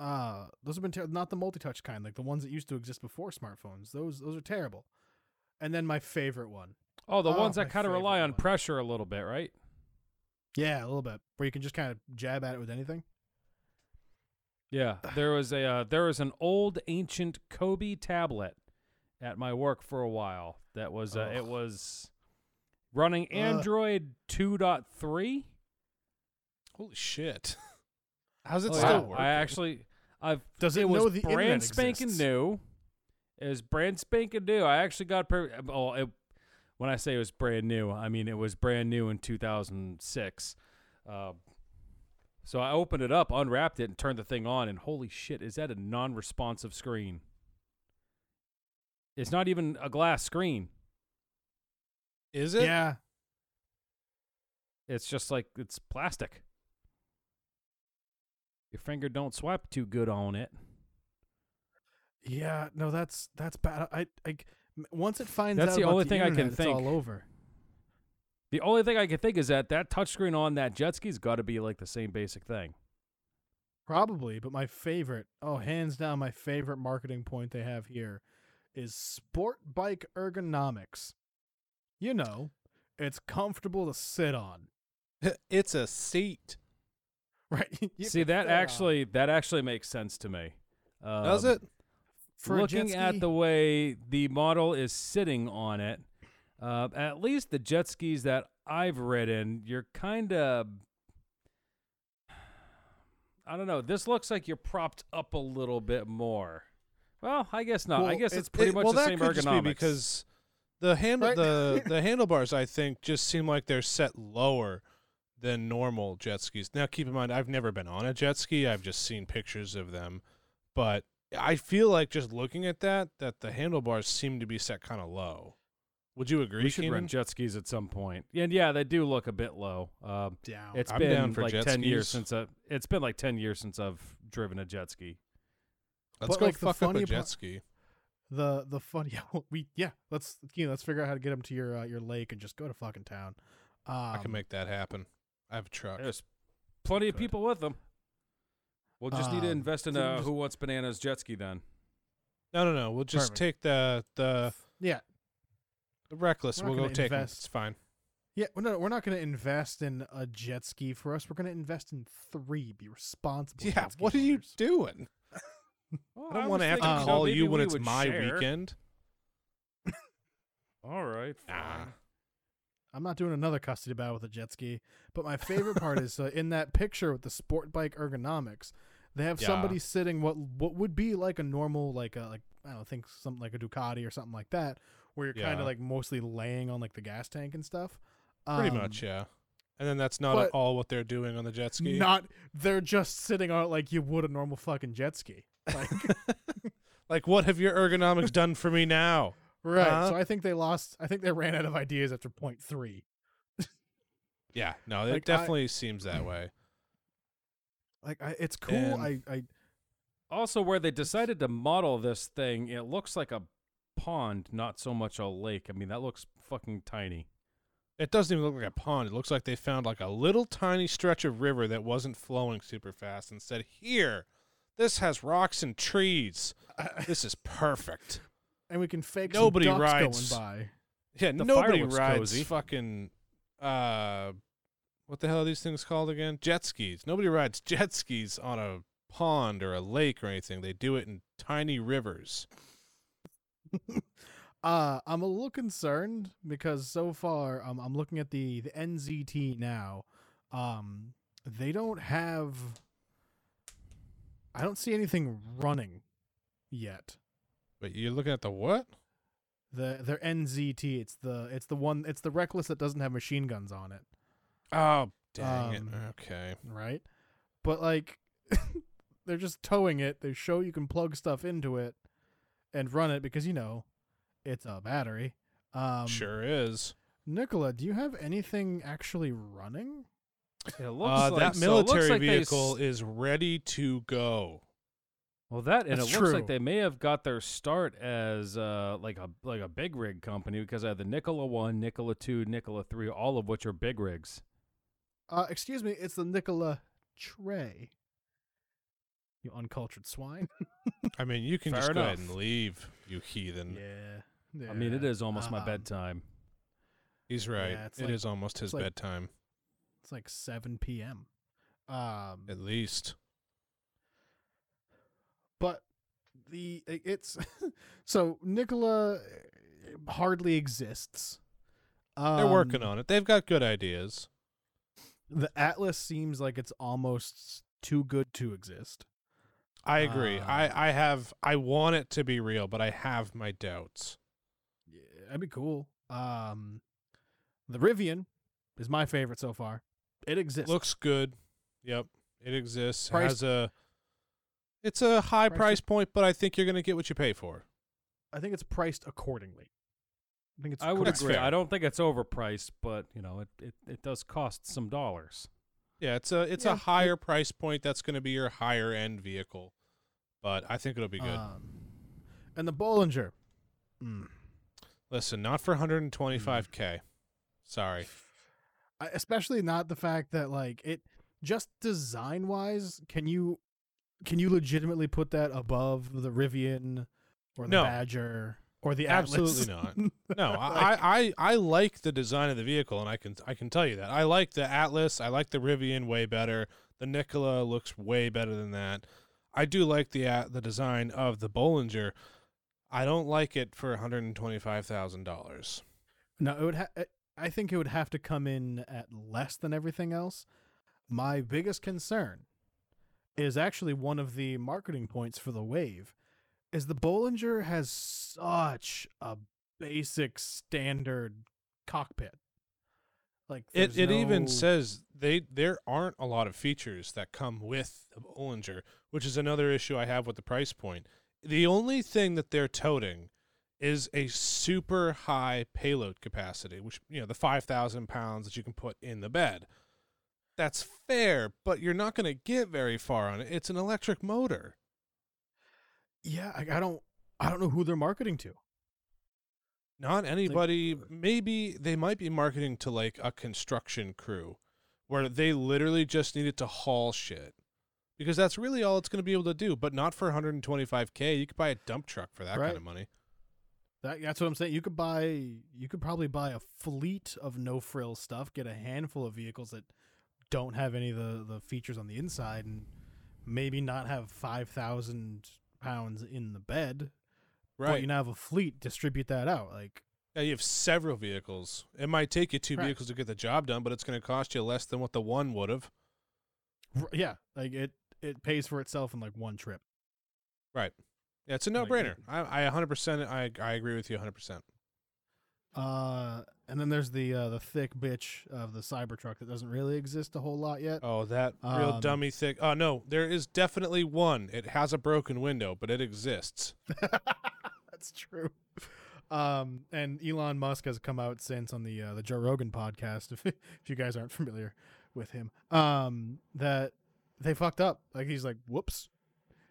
Speaker 2: Uh those have been ter- not the multi-touch kind, like the ones that used to exist before smartphones. Those those are terrible. And then my favorite one.
Speaker 4: Oh, the
Speaker 2: Oh,
Speaker 4: ones
Speaker 2: my
Speaker 4: that kind of rely
Speaker 2: favorite
Speaker 4: on
Speaker 2: one.
Speaker 4: pressure a little bit, right?
Speaker 2: Yeah, a little bit. Where you can just kind of jab at it with anything.
Speaker 4: Yeah, there was a uh, there was an old ancient Kobe tablet at my work for a while. That was uh, it
Speaker 2: Ugh.
Speaker 4: was running
Speaker 2: Ugh.
Speaker 4: Android 2.3.
Speaker 1: Holy shit. How's it
Speaker 4: Oh,
Speaker 1: still
Speaker 4: yeah.
Speaker 1: working?
Speaker 4: I actually I've
Speaker 2: Does it
Speaker 4: it was
Speaker 2: know the internet
Speaker 4: brand spanking
Speaker 2: exists?
Speaker 4: new. It was brand spanking new. I actually got per- oh, it, when I say it was brand new, I mean it was brand new in 2006. Uh, so I opened it up, unwrapped it, and turned the thing on, and holy shit, is that a non-responsive screen? It's not even a glass screen.
Speaker 1: Is it?
Speaker 2: Yeah.
Speaker 4: It's just like it's plastic. Your finger don't swipe too good on it.
Speaker 2: Yeah, no, that's that's bad. I, I m- once it finds
Speaker 4: That's
Speaker 2: out
Speaker 4: the
Speaker 2: about
Speaker 4: only thing I can
Speaker 2: internet, it's
Speaker 4: think.
Speaker 2: all over.
Speaker 4: The only thing I can think is that that touchscreen on that jet ski's got to be like the same basic thing.
Speaker 2: Probably, but my favorite, oh, hands down, my favorite marketing point they have here is sport bike ergonomics. You know, it's comfortable to sit on,
Speaker 1: it's a seat.
Speaker 2: right? You
Speaker 4: See
Speaker 2: can
Speaker 4: that
Speaker 2: sit on.
Speaker 4: actually that actually makes sense to me. Um,
Speaker 1: uh, Does it?
Speaker 2: For a jet
Speaker 4: looking at
Speaker 2: ski-
Speaker 4: the way the model is sitting on it, uh, at least the jet skis that I've ridden, you're kind of. I don't know. This looks like you're propped up a little bit more. Well, I guess not. I
Speaker 1: Well,
Speaker 4: guess
Speaker 1: it-
Speaker 4: it's pretty
Speaker 1: it-
Speaker 4: much
Speaker 1: well,
Speaker 4: the
Speaker 1: that
Speaker 4: same
Speaker 1: could just be
Speaker 4: ergonomics.
Speaker 1: because the hand
Speaker 2: Right?
Speaker 1: the the handlebars I think just seem like they're set lower than normal jet skis. Now keep in mind I've never been on a jet ski. I've just seen pictures of them, but I feel like just looking at that that the handlebars seem to be set kind of low. Would you agree?
Speaker 4: we should
Speaker 1: Keenan?
Speaker 4: rent jet skis at some point. And yeah, they do look a bit low. Um,
Speaker 2: down.
Speaker 4: It's
Speaker 1: I'm
Speaker 4: been
Speaker 1: down for
Speaker 4: like
Speaker 1: jet
Speaker 4: ten years
Speaker 1: skis.
Speaker 4: since I. It's been like ten years since I've driven a jet ski.
Speaker 1: Let's
Speaker 2: But,
Speaker 1: go
Speaker 2: like, the
Speaker 1: fuck up
Speaker 2: funny
Speaker 1: a
Speaker 2: part-
Speaker 1: jet ski.
Speaker 2: the the fun. Yeah, well, we yeah. Let's you know, let's figure out how to get them to your uh, your lake and just go to fucking town. Um,
Speaker 1: I can make that happen. I have a truck.
Speaker 4: There's plenty of
Speaker 1: Good.
Speaker 4: people with them. We'll just need to
Speaker 2: Um,
Speaker 4: invest in
Speaker 2: so you
Speaker 4: a
Speaker 2: just-
Speaker 4: Who Wants Bananas jet ski then.
Speaker 1: No, no, no. We'll just
Speaker 2: Perfect.
Speaker 1: take the the,
Speaker 2: yeah,
Speaker 1: the reckless.
Speaker 2: We're not
Speaker 1: We'll go
Speaker 2: gonna
Speaker 1: take 'em.
Speaker 2: invest.
Speaker 1: It's fine.
Speaker 2: yeah. well, No, we're not going to invest in a jet ski for us. We're going to invest in three. Be responsible.
Speaker 1: Yeah.
Speaker 2: jet ski
Speaker 1: What are you
Speaker 2: owners.
Speaker 1: doing? I uh, don't want to have to
Speaker 2: thinking, you know,
Speaker 1: call you when it's my weekend.
Speaker 4: All right.
Speaker 1: Nah.
Speaker 2: Ah.
Speaker 4: fine.
Speaker 2: I'm not doing another custody battle with a jet ski. But my favorite part is uh, in that picture with the sport bike ergonomics. They have
Speaker 1: Yeah.
Speaker 2: somebody sitting what what would be like a normal like a like I don't think something like a Ducati or something like that, where you're kind
Speaker 1: Yeah.
Speaker 2: of like mostly laying on like the gas tank and stuff.
Speaker 1: Pretty
Speaker 2: Um,
Speaker 1: much, yeah. And then that's not at
Speaker 2: but-
Speaker 1: all what they're doing on the jet ski.
Speaker 2: Not they're just sitting on it like you would a normal fucking jet ski. Like,
Speaker 1: Like, what have your ergonomics done for me now?
Speaker 2: right.
Speaker 1: Huh?
Speaker 2: So I think they lost I think they ran out of ideas after point three.
Speaker 1: Yeah, no, it
Speaker 2: Like, I-
Speaker 1: definitely seems that way.
Speaker 2: Like I, it's cool.
Speaker 1: And-
Speaker 2: I, I
Speaker 4: Also, where they decided to model this thing, it looks like a pond, not so much a lake. I mean, that looks fucking tiny.
Speaker 1: It doesn't even look like a pond. It looks like they found like a little tiny stretch of river that wasn't flowing super fast and said, "Here, this has rocks and trees.
Speaker 2: I-
Speaker 1: This is perfect."
Speaker 2: and we can fake
Speaker 1: Nobody
Speaker 2: some ducks
Speaker 1: rides.
Speaker 2: going by.
Speaker 1: Yeah,
Speaker 4: The fire
Speaker 1: nobody
Speaker 4: looks
Speaker 1: rides
Speaker 4: cozy.
Speaker 1: fucking uh what the hell are these things called again? Jet skis. Nobody rides jet skis on a pond or a lake or anything. They do it in tiny rivers.
Speaker 2: Uh, I'm a little concerned because so far, um, I'm looking at the the NZT now. Um, they don't have. I don't see anything running yet.
Speaker 1: But you're looking at the what?
Speaker 2: The their NZT. It's the it's the one. It's the reckless that doesn't have machine guns on it,
Speaker 1: Oh, dang
Speaker 2: Um,
Speaker 1: it. Okay.
Speaker 2: right? But like, they're just towing it. They show you can plug stuff into it, and run it because you know it's a battery. Um,
Speaker 1: sure is.
Speaker 2: Nicola, do you have anything actually running?
Speaker 4: It looks
Speaker 1: Uh,
Speaker 4: like
Speaker 1: that
Speaker 4: so. It looks
Speaker 1: military
Speaker 4: like they s-
Speaker 1: vehicle is ready to go.
Speaker 4: Well, that and
Speaker 2: That's
Speaker 4: it looks
Speaker 2: true.
Speaker 4: like they may have got their start as uh, like a like a big rig company because I had the Nikola one, Nikola two, Nikola three, all of which are big rigs.
Speaker 2: Uh, excuse me, it's the Nicola Trey. You uncultured swine.
Speaker 1: I mean, you can
Speaker 4: Fair
Speaker 1: just go ahead
Speaker 4: enough.
Speaker 1: and leave, you heathen.
Speaker 2: yeah.
Speaker 4: Mm. I mean, it
Speaker 2: yeah.
Speaker 4: is almost my
Speaker 2: Um,
Speaker 4: bedtime.
Speaker 1: He's right. It
Speaker 2: Yeah, it's
Speaker 1: is
Speaker 2: like-
Speaker 1: almost his
Speaker 2: like-
Speaker 1: bedtime,
Speaker 2: It's like 7 p.m. Um,
Speaker 1: at least.
Speaker 2: but the i- it's so Nicola eh, hardly exists. Um,
Speaker 1: They're working on it. They've got good ideas.
Speaker 2: the Atlas. Seems like it's almost too good to exist.
Speaker 1: I agree.
Speaker 2: Um,
Speaker 1: I, I have I want it to be real, but I have my doubts.
Speaker 2: Yeah, that'd be cool. Um, the Rivian is my favorite so far. It exists.
Speaker 1: Looks good. Yep. It exists.
Speaker 2: Price-
Speaker 1: Has a it's a high
Speaker 2: Price-
Speaker 1: price, point, but I think you're gonna get what you pay for.
Speaker 2: I think it's priced accordingly. I think it's.
Speaker 4: I would
Speaker 1: That's
Speaker 4: agree.
Speaker 1: fair.
Speaker 4: I don't think it's overpriced, but you know, it, it, it does cost some dollars.
Speaker 1: Yeah, it's a it's
Speaker 2: Yeah,
Speaker 1: a
Speaker 2: it-
Speaker 1: higher price point. That's gonna be your higher end vehicle. But I think it'll be good.
Speaker 2: Um, and the Bollinger. Mm.
Speaker 1: Listen, not for
Speaker 2: Hmm.
Speaker 1: 125k. Sorry.
Speaker 2: I- especially not the fact that like it just design wise can you can you legitimately put that above the rivian or the
Speaker 1: No.
Speaker 2: badger or the
Speaker 1: Absolutely
Speaker 2: Atlas?
Speaker 1: not. No, I, I, I, I like the design of the vehicle, and I can I can tell you that I like the Atlas. I like the Rivian way better. The Nikola looks way better than that. I do like the uh, the design of the Bollinger. I don't like it for one hundred and twenty five thousand dollars.
Speaker 2: no it would ha- I- i think it would have to come in at less than everything else my biggest concern is actually one of the marketing points for the wave is the bollinger has such a basic standard cockpit like
Speaker 1: It
Speaker 2: there's
Speaker 1: it even
Speaker 2: no-
Speaker 1: says they there aren't a lot of features that come with the Bollinger, which is another issue I have with the price point. The only thing that they're toting is a super high payload capacity, which you know the five thousand pounds that you can put in the bed. That's fair, but you're not going to get very far on it. It's an electric motor.
Speaker 2: yeah I, I don't i don't know who they're marketing to
Speaker 1: Not anybody. maybe they might be marketing to like a construction crew where they literally just needed to haul shit because that's really all it's going to be able to do, but not for 125K. You could buy a dump truck for that
Speaker 2: Right.
Speaker 1: kind of money.
Speaker 2: that, that's what i'm saying you could buy you could probably buy a fleet of no frill stuff get a handful of vehicles that don't have any of the, the features on the inside and maybe not have 5000 pounds in the bed but
Speaker 1: Right.
Speaker 2: you now have a fleet distribute that out like
Speaker 1: Yeah, you have several vehicles. It might take you two
Speaker 2: Right.
Speaker 1: vehicles to get the job done, but it's going to cost you less than what the one would have.
Speaker 2: r- yeah like it it pays for itself in like one trip
Speaker 1: Yeah, it's a
Speaker 2: Like, yeah.
Speaker 1: no-brainer. I, I 100%. I, I agree with you 100%.
Speaker 2: uh and then there's the uh, the thick bitch of the Cybertruck that doesn't really exist a whole lot yet.
Speaker 1: Oh, that real
Speaker 2: Um,
Speaker 1: dummy thing. Oh no, there is definitely one. It has a broken window, but it exists.
Speaker 2: That's true. Um, and Elon Musk has come out since on the uh, the Joe Rogan podcast. If, if you guys aren't familiar with him, um, that they fucked up. Like he's like, whoops.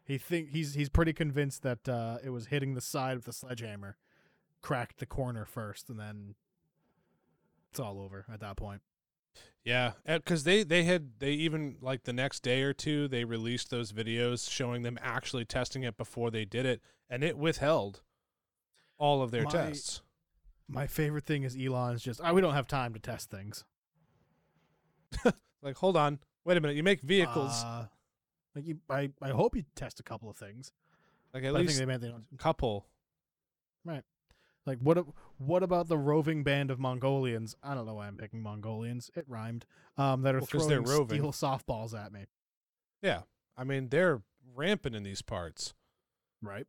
Speaker 2: He think he's he's pretty convinced that uh, it was hitting the side with the sledgehammer, cracked the corner first, and then it's all over at that point.
Speaker 1: Yeah, because they they had they even like the next day or two they released those videos showing them actually testing it before they did it, and it withheld all of their
Speaker 2: My-
Speaker 1: tests.
Speaker 2: My favorite thing is Elon's just, oh, we don't have time to test things.
Speaker 1: Like, hold on, wait a minute, you make vehicles.
Speaker 2: Uh, like you, I, I hope you test a couple of things.
Speaker 1: like at
Speaker 2: But I think
Speaker 1: least
Speaker 2: they
Speaker 1: a
Speaker 2: meant they don't
Speaker 1: couple.
Speaker 2: Like what? a- What about the roving band of Mongolians? I don't know why I'm picking Mongolians. It rhymed. Um, that are
Speaker 1: Well, 'cause they're
Speaker 2: throwing
Speaker 1: roving.
Speaker 2: steel softballs at me.
Speaker 1: Yeah, I mean they're rampant in these parts.
Speaker 2: Right.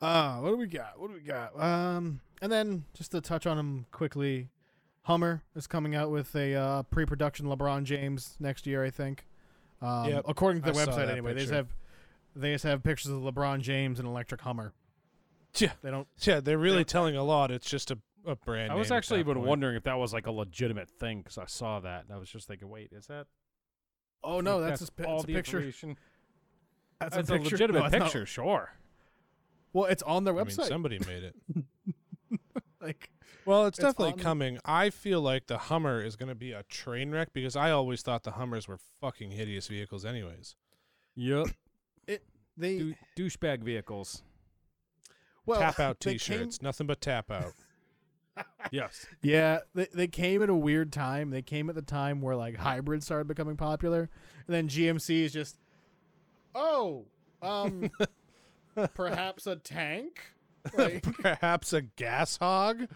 Speaker 2: Uh, what do we got? What do we got? Um, and then just to touch on them quickly, Hummer is coming out with a uh, pre-production LeBron James next year, I think. Um,
Speaker 1: Yep,
Speaker 2: according to the
Speaker 1: I saw
Speaker 2: website,
Speaker 1: that
Speaker 2: anyway, they just
Speaker 1: picture.
Speaker 2: have they just have pictures of LeBron James and electric Hummer
Speaker 1: Yeah.
Speaker 2: They don't.
Speaker 1: Yeah, they're really telling a lot. It's just a, a brand.
Speaker 4: I was
Speaker 1: name at
Speaker 4: actually
Speaker 1: that
Speaker 4: even
Speaker 1: point.
Speaker 4: wondering if that was like a legitimate thing because I saw that and I was just thinking, wait, is that?
Speaker 2: Oh no,
Speaker 4: like,
Speaker 2: that's, a,
Speaker 4: all
Speaker 2: that's a
Speaker 4: the
Speaker 2: picture.
Speaker 4: information?
Speaker 2: That's,
Speaker 4: That's
Speaker 2: a,
Speaker 4: a,
Speaker 2: picture.
Speaker 4: legitimate
Speaker 2: No, it's not.
Speaker 4: picture, sure.
Speaker 2: Well, it's on their
Speaker 1: I mean,
Speaker 2: website.
Speaker 1: somebody made it.
Speaker 2: like,
Speaker 1: Well, it's,
Speaker 2: It's on
Speaker 1: definitely
Speaker 2: the-
Speaker 1: coming. I feel like the Hummer is going to be a train wreck because I always thought the Hummers were fucking hideous vehicles, anyways.
Speaker 4: Yep.
Speaker 2: they
Speaker 4: Dou- douchebag vehicles.
Speaker 2: well
Speaker 1: tap out
Speaker 2: they
Speaker 1: t
Speaker 2: came-
Speaker 1: shirts, nothing but tap out.
Speaker 4: Yes.
Speaker 2: Yeah, they, they came at a weird time. They came at the time where like hybrids started becoming popular, and then GMC is just, oh, um, perhaps a tank. Like,
Speaker 1: Perhaps a gas hog?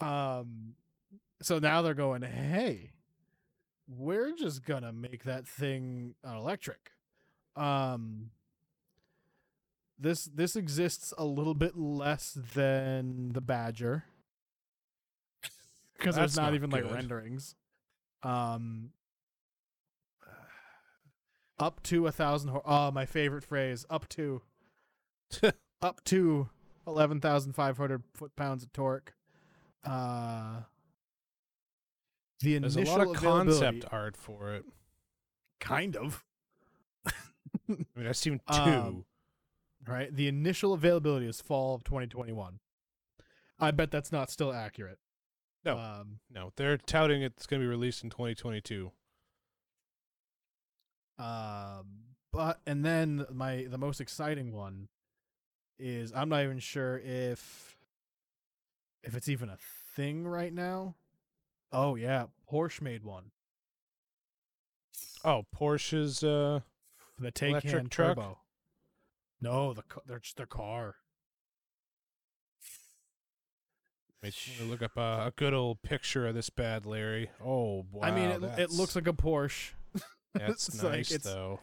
Speaker 2: um, so now they're going, hey, we're just gonna make that thing uh, electric. Um, this this exists a little bit less than the Badger because
Speaker 1: That's
Speaker 2: there's not,
Speaker 1: not
Speaker 2: even
Speaker 1: good.
Speaker 2: like renderings. Um, up to a thousand. Ho- oh, my favorite phrase. Up to, up to eleven thousand five hundred foot pounds of torque. Uh, the
Speaker 1: There's
Speaker 2: initial
Speaker 1: a lot of
Speaker 2: availability-
Speaker 1: concept art for it.
Speaker 2: kind of.
Speaker 1: I mean, I've seen two.
Speaker 2: Um, right? The initial availability is fall of 2021. I bet that's not still accurate.
Speaker 1: No.
Speaker 2: Um,
Speaker 1: no, they're touting it's going to be released in 2022.
Speaker 2: um, but and then my the most exciting one is I'm not even sure if if it's even a thing right now. Oh yeah, Porsche made one.
Speaker 1: Oh, Porsche's. Uh,
Speaker 2: The Taycan
Speaker 1: Electric
Speaker 2: hand
Speaker 1: truck?
Speaker 2: turbo. No, the ca- their their car.
Speaker 1: wait, I'm gonna look up uh, a good old picture of this bad Larry. Oh, wow.
Speaker 2: I mean, it, it
Speaker 1: that's-
Speaker 2: looks like a Porsche.
Speaker 1: That's
Speaker 2: it's like-
Speaker 1: nice,
Speaker 2: it's-
Speaker 1: though.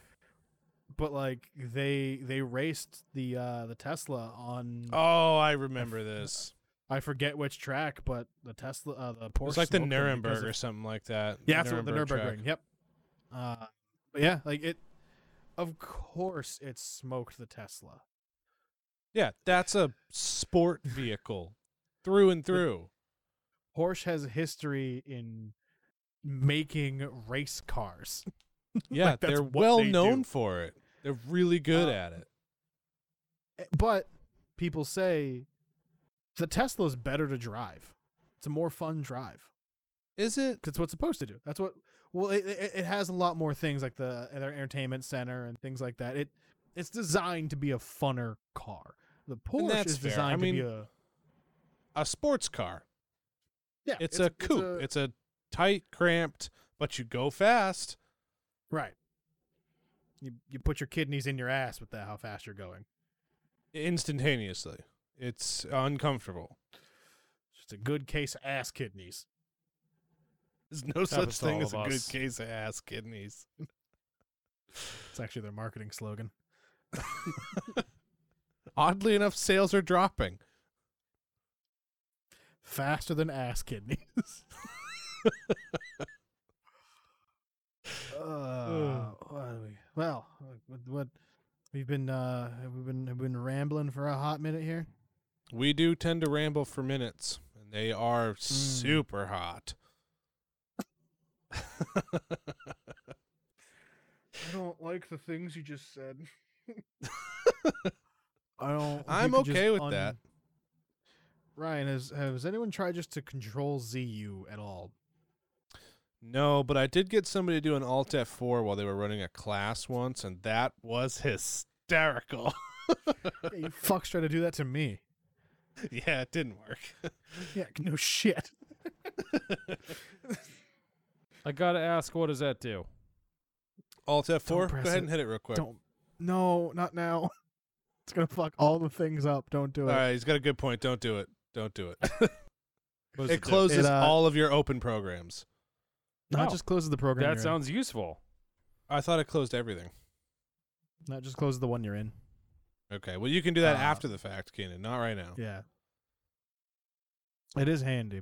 Speaker 2: but like they they raced the uh the Tesla on
Speaker 1: Oh, I remember this.
Speaker 2: I forget which track, but the Tesla uh, the Porsche
Speaker 1: It's like the
Speaker 2: smoked them because
Speaker 1: Nuremberg
Speaker 2: of-
Speaker 1: or something like that.
Speaker 2: yeah, that's what the
Speaker 1: track.
Speaker 2: Nuremberg. Yep. Uh, but yeah, like it. Of course, it smoked the Tesla.
Speaker 1: Yeah, that's a sport vehicle through and through.
Speaker 2: Porsche has a history in making race cars.
Speaker 1: Yeah,
Speaker 2: that's
Speaker 1: they're
Speaker 2: what
Speaker 1: well
Speaker 2: they
Speaker 1: known
Speaker 2: do. Uh,
Speaker 1: for it. They're really good at it.
Speaker 2: Eh, but people say the Tesla's better to drive. It's a more fun drive.
Speaker 1: Is it?
Speaker 2: That's what it's supposed to do. That's what. Well, it, it, it has a lot more things like the their entertainment center and things like that. It it's designed to be a funner car. The Porsche
Speaker 1: that's
Speaker 2: is
Speaker 1: fair. I
Speaker 2: designed
Speaker 1: mean,
Speaker 2: to be a
Speaker 1: A sports car.
Speaker 2: yeah.
Speaker 1: It's, a coupe. It's a, tight, cramped, but you go fast.
Speaker 2: right. You you put your kidneys in your ass with that how fast you're going.
Speaker 1: Instantaneously. It's uncomfortable.
Speaker 2: It's a good case of ass kidneys.
Speaker 1: There's no
Speaker 4: Happens
Speaker 1: such
Speaker 4: to
Speaker 1: thing
Speaker 4: all
Speaker 1: as a
Speaker 4: of
Speaker 1: good
Speaker 4: us.
Speaker 1: case of ass kidneys.
Speaker 2: It's actually their marketing slogan.
Speaker 1: Oddly enough, sales are dropping.
Speaker 2: Faster than ass kidneys. Uh, what are we- well, what, what we've been uh, have we been have we been rambling for a hot minute here.
Speaker 1: We do tend to ramble for minutes, and they
Speaker 2: Hmm.
Speaker 1: are super hot.
Speaker 2: I don't like the things you just said. I don't.
Speaker 1: I'm
Speaker 2: you could just
Speaker 1: okay with
Speaker 2: un-
Speaker 1: that.
Speaker 2: Ryan, has has anyone tried just to control ZU at all?
Speaker 1: No, but I did get somebody to do an Alt F4 while they were running a class once, and that was hysterical.
Speaker 2: Yeah, you fucks try to do that to me.
Speaker 1: yeah, it didn't work.
Speaker 2: Yeah, no shit.
Speaker 4: I gotta ask, what does that do?
Speaker 1: Alt F4, go
Speaker 2: press
Speaker 1: ahead
Speaker 2: it.
Speaker 1: and hit it real quick.
Speaker 2: Don't. No, not now. It's gonna fuck all the things up. Don't do
Speaker 1: All
Speaker 2: it.
Speaker 1: right, he's got a good point. Don't do it. Don't do it.
Speaker 4: What does
Speaker 1: it
Speaker 4: do?
Speaker 1: closes
Speaker 2: It, uh,
Speaker 1: all of your open programs.
Speaker 2: Not
Speaker 4: Oh.
Speaker 2: just closes the program.
Speaker 4: That
Speaker 2: you're
Speaker 4: sounds useful.
Speaker 1: I thought it closed everything.
Speaker 2: in. Not just closes the one you're in.
Speaker 1: Okay, well, you can do that
Speaker 2: Uh,
Speaker 1: after the fact, Keenan, not right now.
Speaker 2: Yeah. It is handy.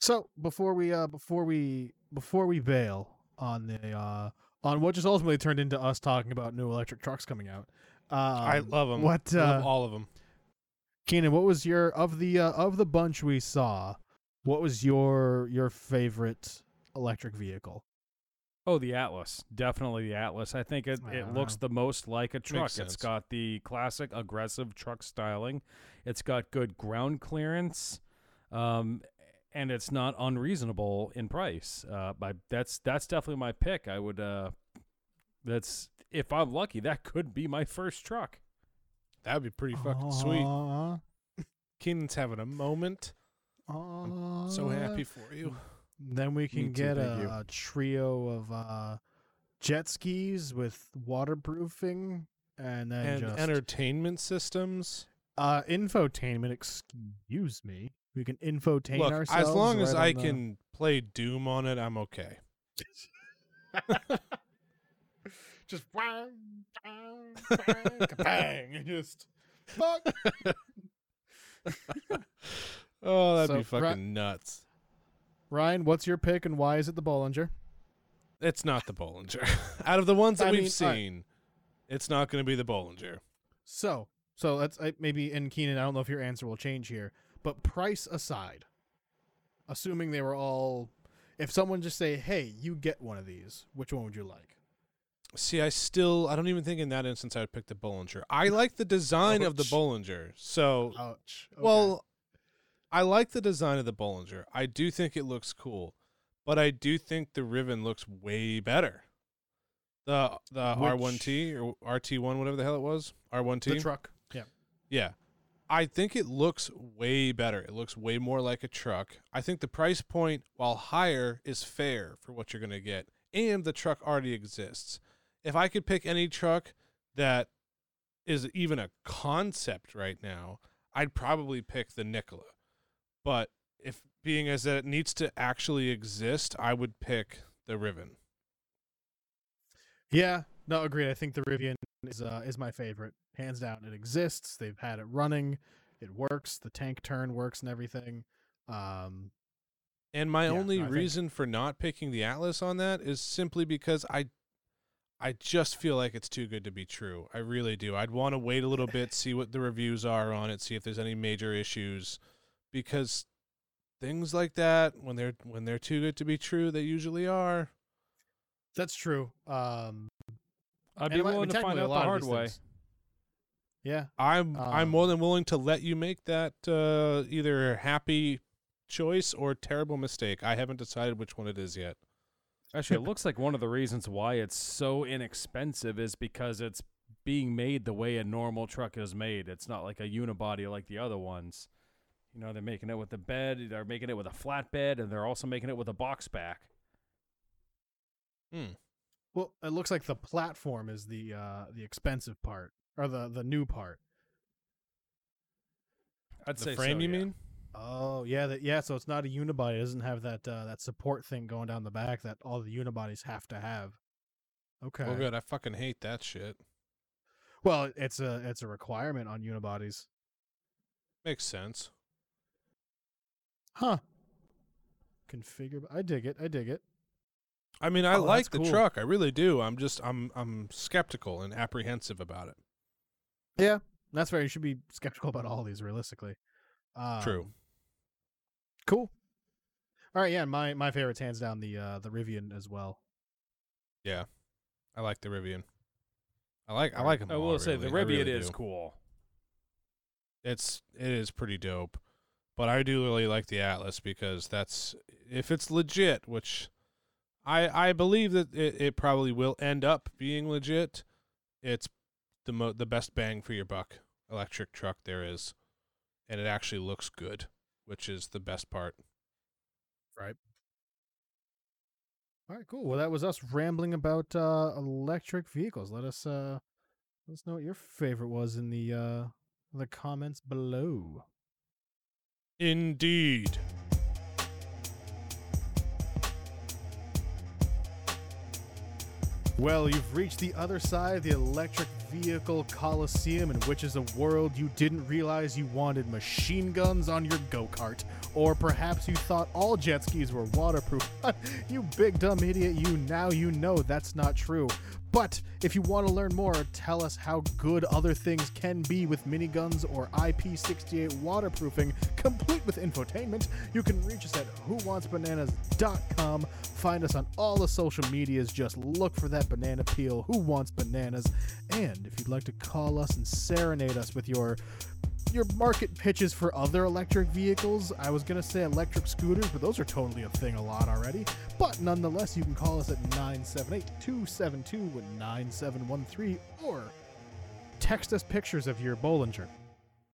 Speaker 2: So before we uh before we before we bail on the uh on what just ultimately turned into us talking about new electric trucks coming out. Um,
Speaker 1: I love them.
Speaker 2: What
Speaker 1: I love
Speaker 2: uh,
Speaker 1: all of them.
Speaker 2: Keenan, what was your of the uh, of the bunch we saw? What was your your favorite electric vehicle?
Speaker 4: Oh, the Atlas, definitely the Atlas. I think it, it looks
Speaker 2: Ah.
Speaker 4: the most like a truck. It's
Speaker 1: sense.
Speaker 4: got the classic aggressive truck styling. It's got good ground clearance, um, and it's not unreasonable in price. Uh, my, that's that's definitely my pick. I would. Uh, that's if I'm lucky, that could be my first truck.
Speaker 1: That would be pretty fucking sweet.
Speaker 2: Aw,
Speaker 1: Keenan's having a moment.
Speaker 2: aw.
Speaker 1: So happy for you.
Speaker 2: Uh, Then we can
Speaker 4: too,
Speaker 2: get
Speaker 4: thank you.
Speaker 2: a, a trio of uh, jet skis with waterproofing, and then
Speaker 1: And
Speaker 2: just
Speaker 1: entertainment systems.
Speaker 2: uh, infotainment. Excuse me. We can infotain
Speaker 1: Look,
Speaker 2: ourselves.
Speaker 1: as long as I
Speaker 2: right on the-
Speaker 1: can play Doom on it, I'm okay.
Speaker 2: just bang, bang, bang, and just fuck.
Speaker 1: Oh, that'd be
Speaker 2: So, Ri-
Speaker 1: fucking nuts.
Speaker 2: Ryan, what's your pick and why is it the Bollinger?
Speaker 1: It's not the Bollinger. Out of the ones that
Speaker 2: I
Speaker 1: we've
Speaker 2: mean, all right.
Speaker 1: seen, it's not going to be the Bollinger.
Speaker 2: So, so let's I, maybe in Keenan. I don't know if your answer will change here, but price aside, assuming they were all, if someone just say, "Hey, you get one of these," which one would you like?
Speaker 1: See, I still, I don't even think in that instance I'd pick the Bollinger. I like the design of the
Speaker 2: Ouch.
Speaker 1: Bollinger. So,
Speaker 2: Ouch. Okay.
Speaker 1: well, I like the design of the Bollinger. I do think it looks cool, but I do think the Riven looks way better. The the
Speaker 2: Which-
Speaker 1: R1T or RT1, whatever the hell it was, R1T.
Speaker 2: the truck. Yeah.
Speaker 1: Yeah. I think it looks way better. It looks way more like a truck. I think the price point, while higher, is fair for what you're going to get. And the truck already exists. If I could pick any truck that is even a concept right now, I'd probably pick the Nikola. But if being as that it needs to actually exist, I would pick the Riven.
Speaker 2: Yeah. No, agreed. I think the Rivian is uh, is my favorite, hands down. It exists. They've had it running. It works. The tank turn works and everything. Um,
Speaker 1: And my
Speaker 2: Yeah,
Speaker 1: only
Speaker 2: no, I think-
Speaker 1: reason for not picking the Atlas on that is simply because I I just feel like it's too good to be true. I really do. I'd want to wait a little bit, see what the reviews are on it, see if there's any major issues because things like that when they're when they're too good to be true, they usually are.
Speaker 2: that's true. Um,
Speaker 4: I'd
Speaker 2: and
Speaker 4: be
Speaker 2: it might-
Speaker 4: willing to
Speaker 2: technically
Speaker 4: find
Speaker 2: a
Speaker 4: out the
Speaker 2: lot of
Speaker 4: hard
Speaker 2: these
Speaker 4: way.
Speaker 2: things- Yeah.
Speaker 1: I'm I'm
Speaker 2: Um,
Speaker 1: more than willing to let you make that uh, either happy choice or terrible mistake. I haven't decided which one it is yet.
Speaker 4: Actually, it looks like one of the reasons why it's so inexpensive is because it's being made the way a normal truck is made. It's not like a unibody like the other ones. You know, they're making it with the bed, they're making it with a flatbed, and they're also making it with a box back.
Speaker 2: Well, it looks like the platform is the uh the expensive part or the the new part.
Speaker 4: I'd
Speaker 1: The
Speaker 4: say
Speaker 1: frame
Speaker 4: so,
Speaker 1: you
Speaker 4: yeah.
Speaker 1: mean?
Speaker 2: Oh yeah, that yeah. So it's not a unibody. It doesn't have that uh, that support thing going down the back that all the unibodies have to have. Okay.
Speaker 1: Well good. I fucking hate that shit.
Speaker 2: Well, it's a it's a requirement on unibodies.
Speaker 1: Makes sense.
Speaker 2: Huh. Configure. I dig it. I dig it.
Speaker 1: I mean, I
Speaker 2: Oh,
Speaker 1: like
Speaker 2: that's
Speaker 1: the
Speaker 2: cool.
Speaker 1: truck. I really do. I'm just I'm I'm skeptical and apprehensive about it.
Speaker 2: Yeah, that's fair. You should be skeptical about all these realistically.
Speaker 4: Ah.
Speaker 2: Uh,
Speaker 1: True.
Speaker 2: Cool. All right. Yeah. My my favorite's hands down the uh the Rivian as well.
Speaker 1: I like the Rivian. I like I like them.
Speaker 4: I will say the Rivian is cool.
Speaker 1: It's it is pretty dope, but I do really like the Atlas because that's if it's legit, which I I believe that it, it probably will end up being legit. It's the mo- the best bang for your buck electric truck there is, and it actually looks good, which is the best part.
Speaker 2: All right, cool. Well, that was us rambling about uh, electric vehicles. Let us uh, let us know what your favorite was in the uh, the comments below.
Speaker 1: Indeed.
Speaker 2: Well, you've reached the other side of the electric vehicle coliseum, in which is a world you didn't realize you wanted machine guns on your go kart. Or perhaps you thought all jet skis were waterproof. you big dumb idiot, you now you know that's not true. But if you want to learn more, tell us how good other things can be with miniguns or IP68 waterproofing, complete with infotainment, you can reach us at whowantsbananas.com. Find us on all the social medias. Just look for that banana peel, Who Wants Bananas. And if you'd like to call us and serenade us with your your market pitches for other electric vehicles. I was going to say electric scooters, but those are totally a thing a lot already. But nonetheless, you can call us at 978 272 9713 or text us pictures of your Bollinger.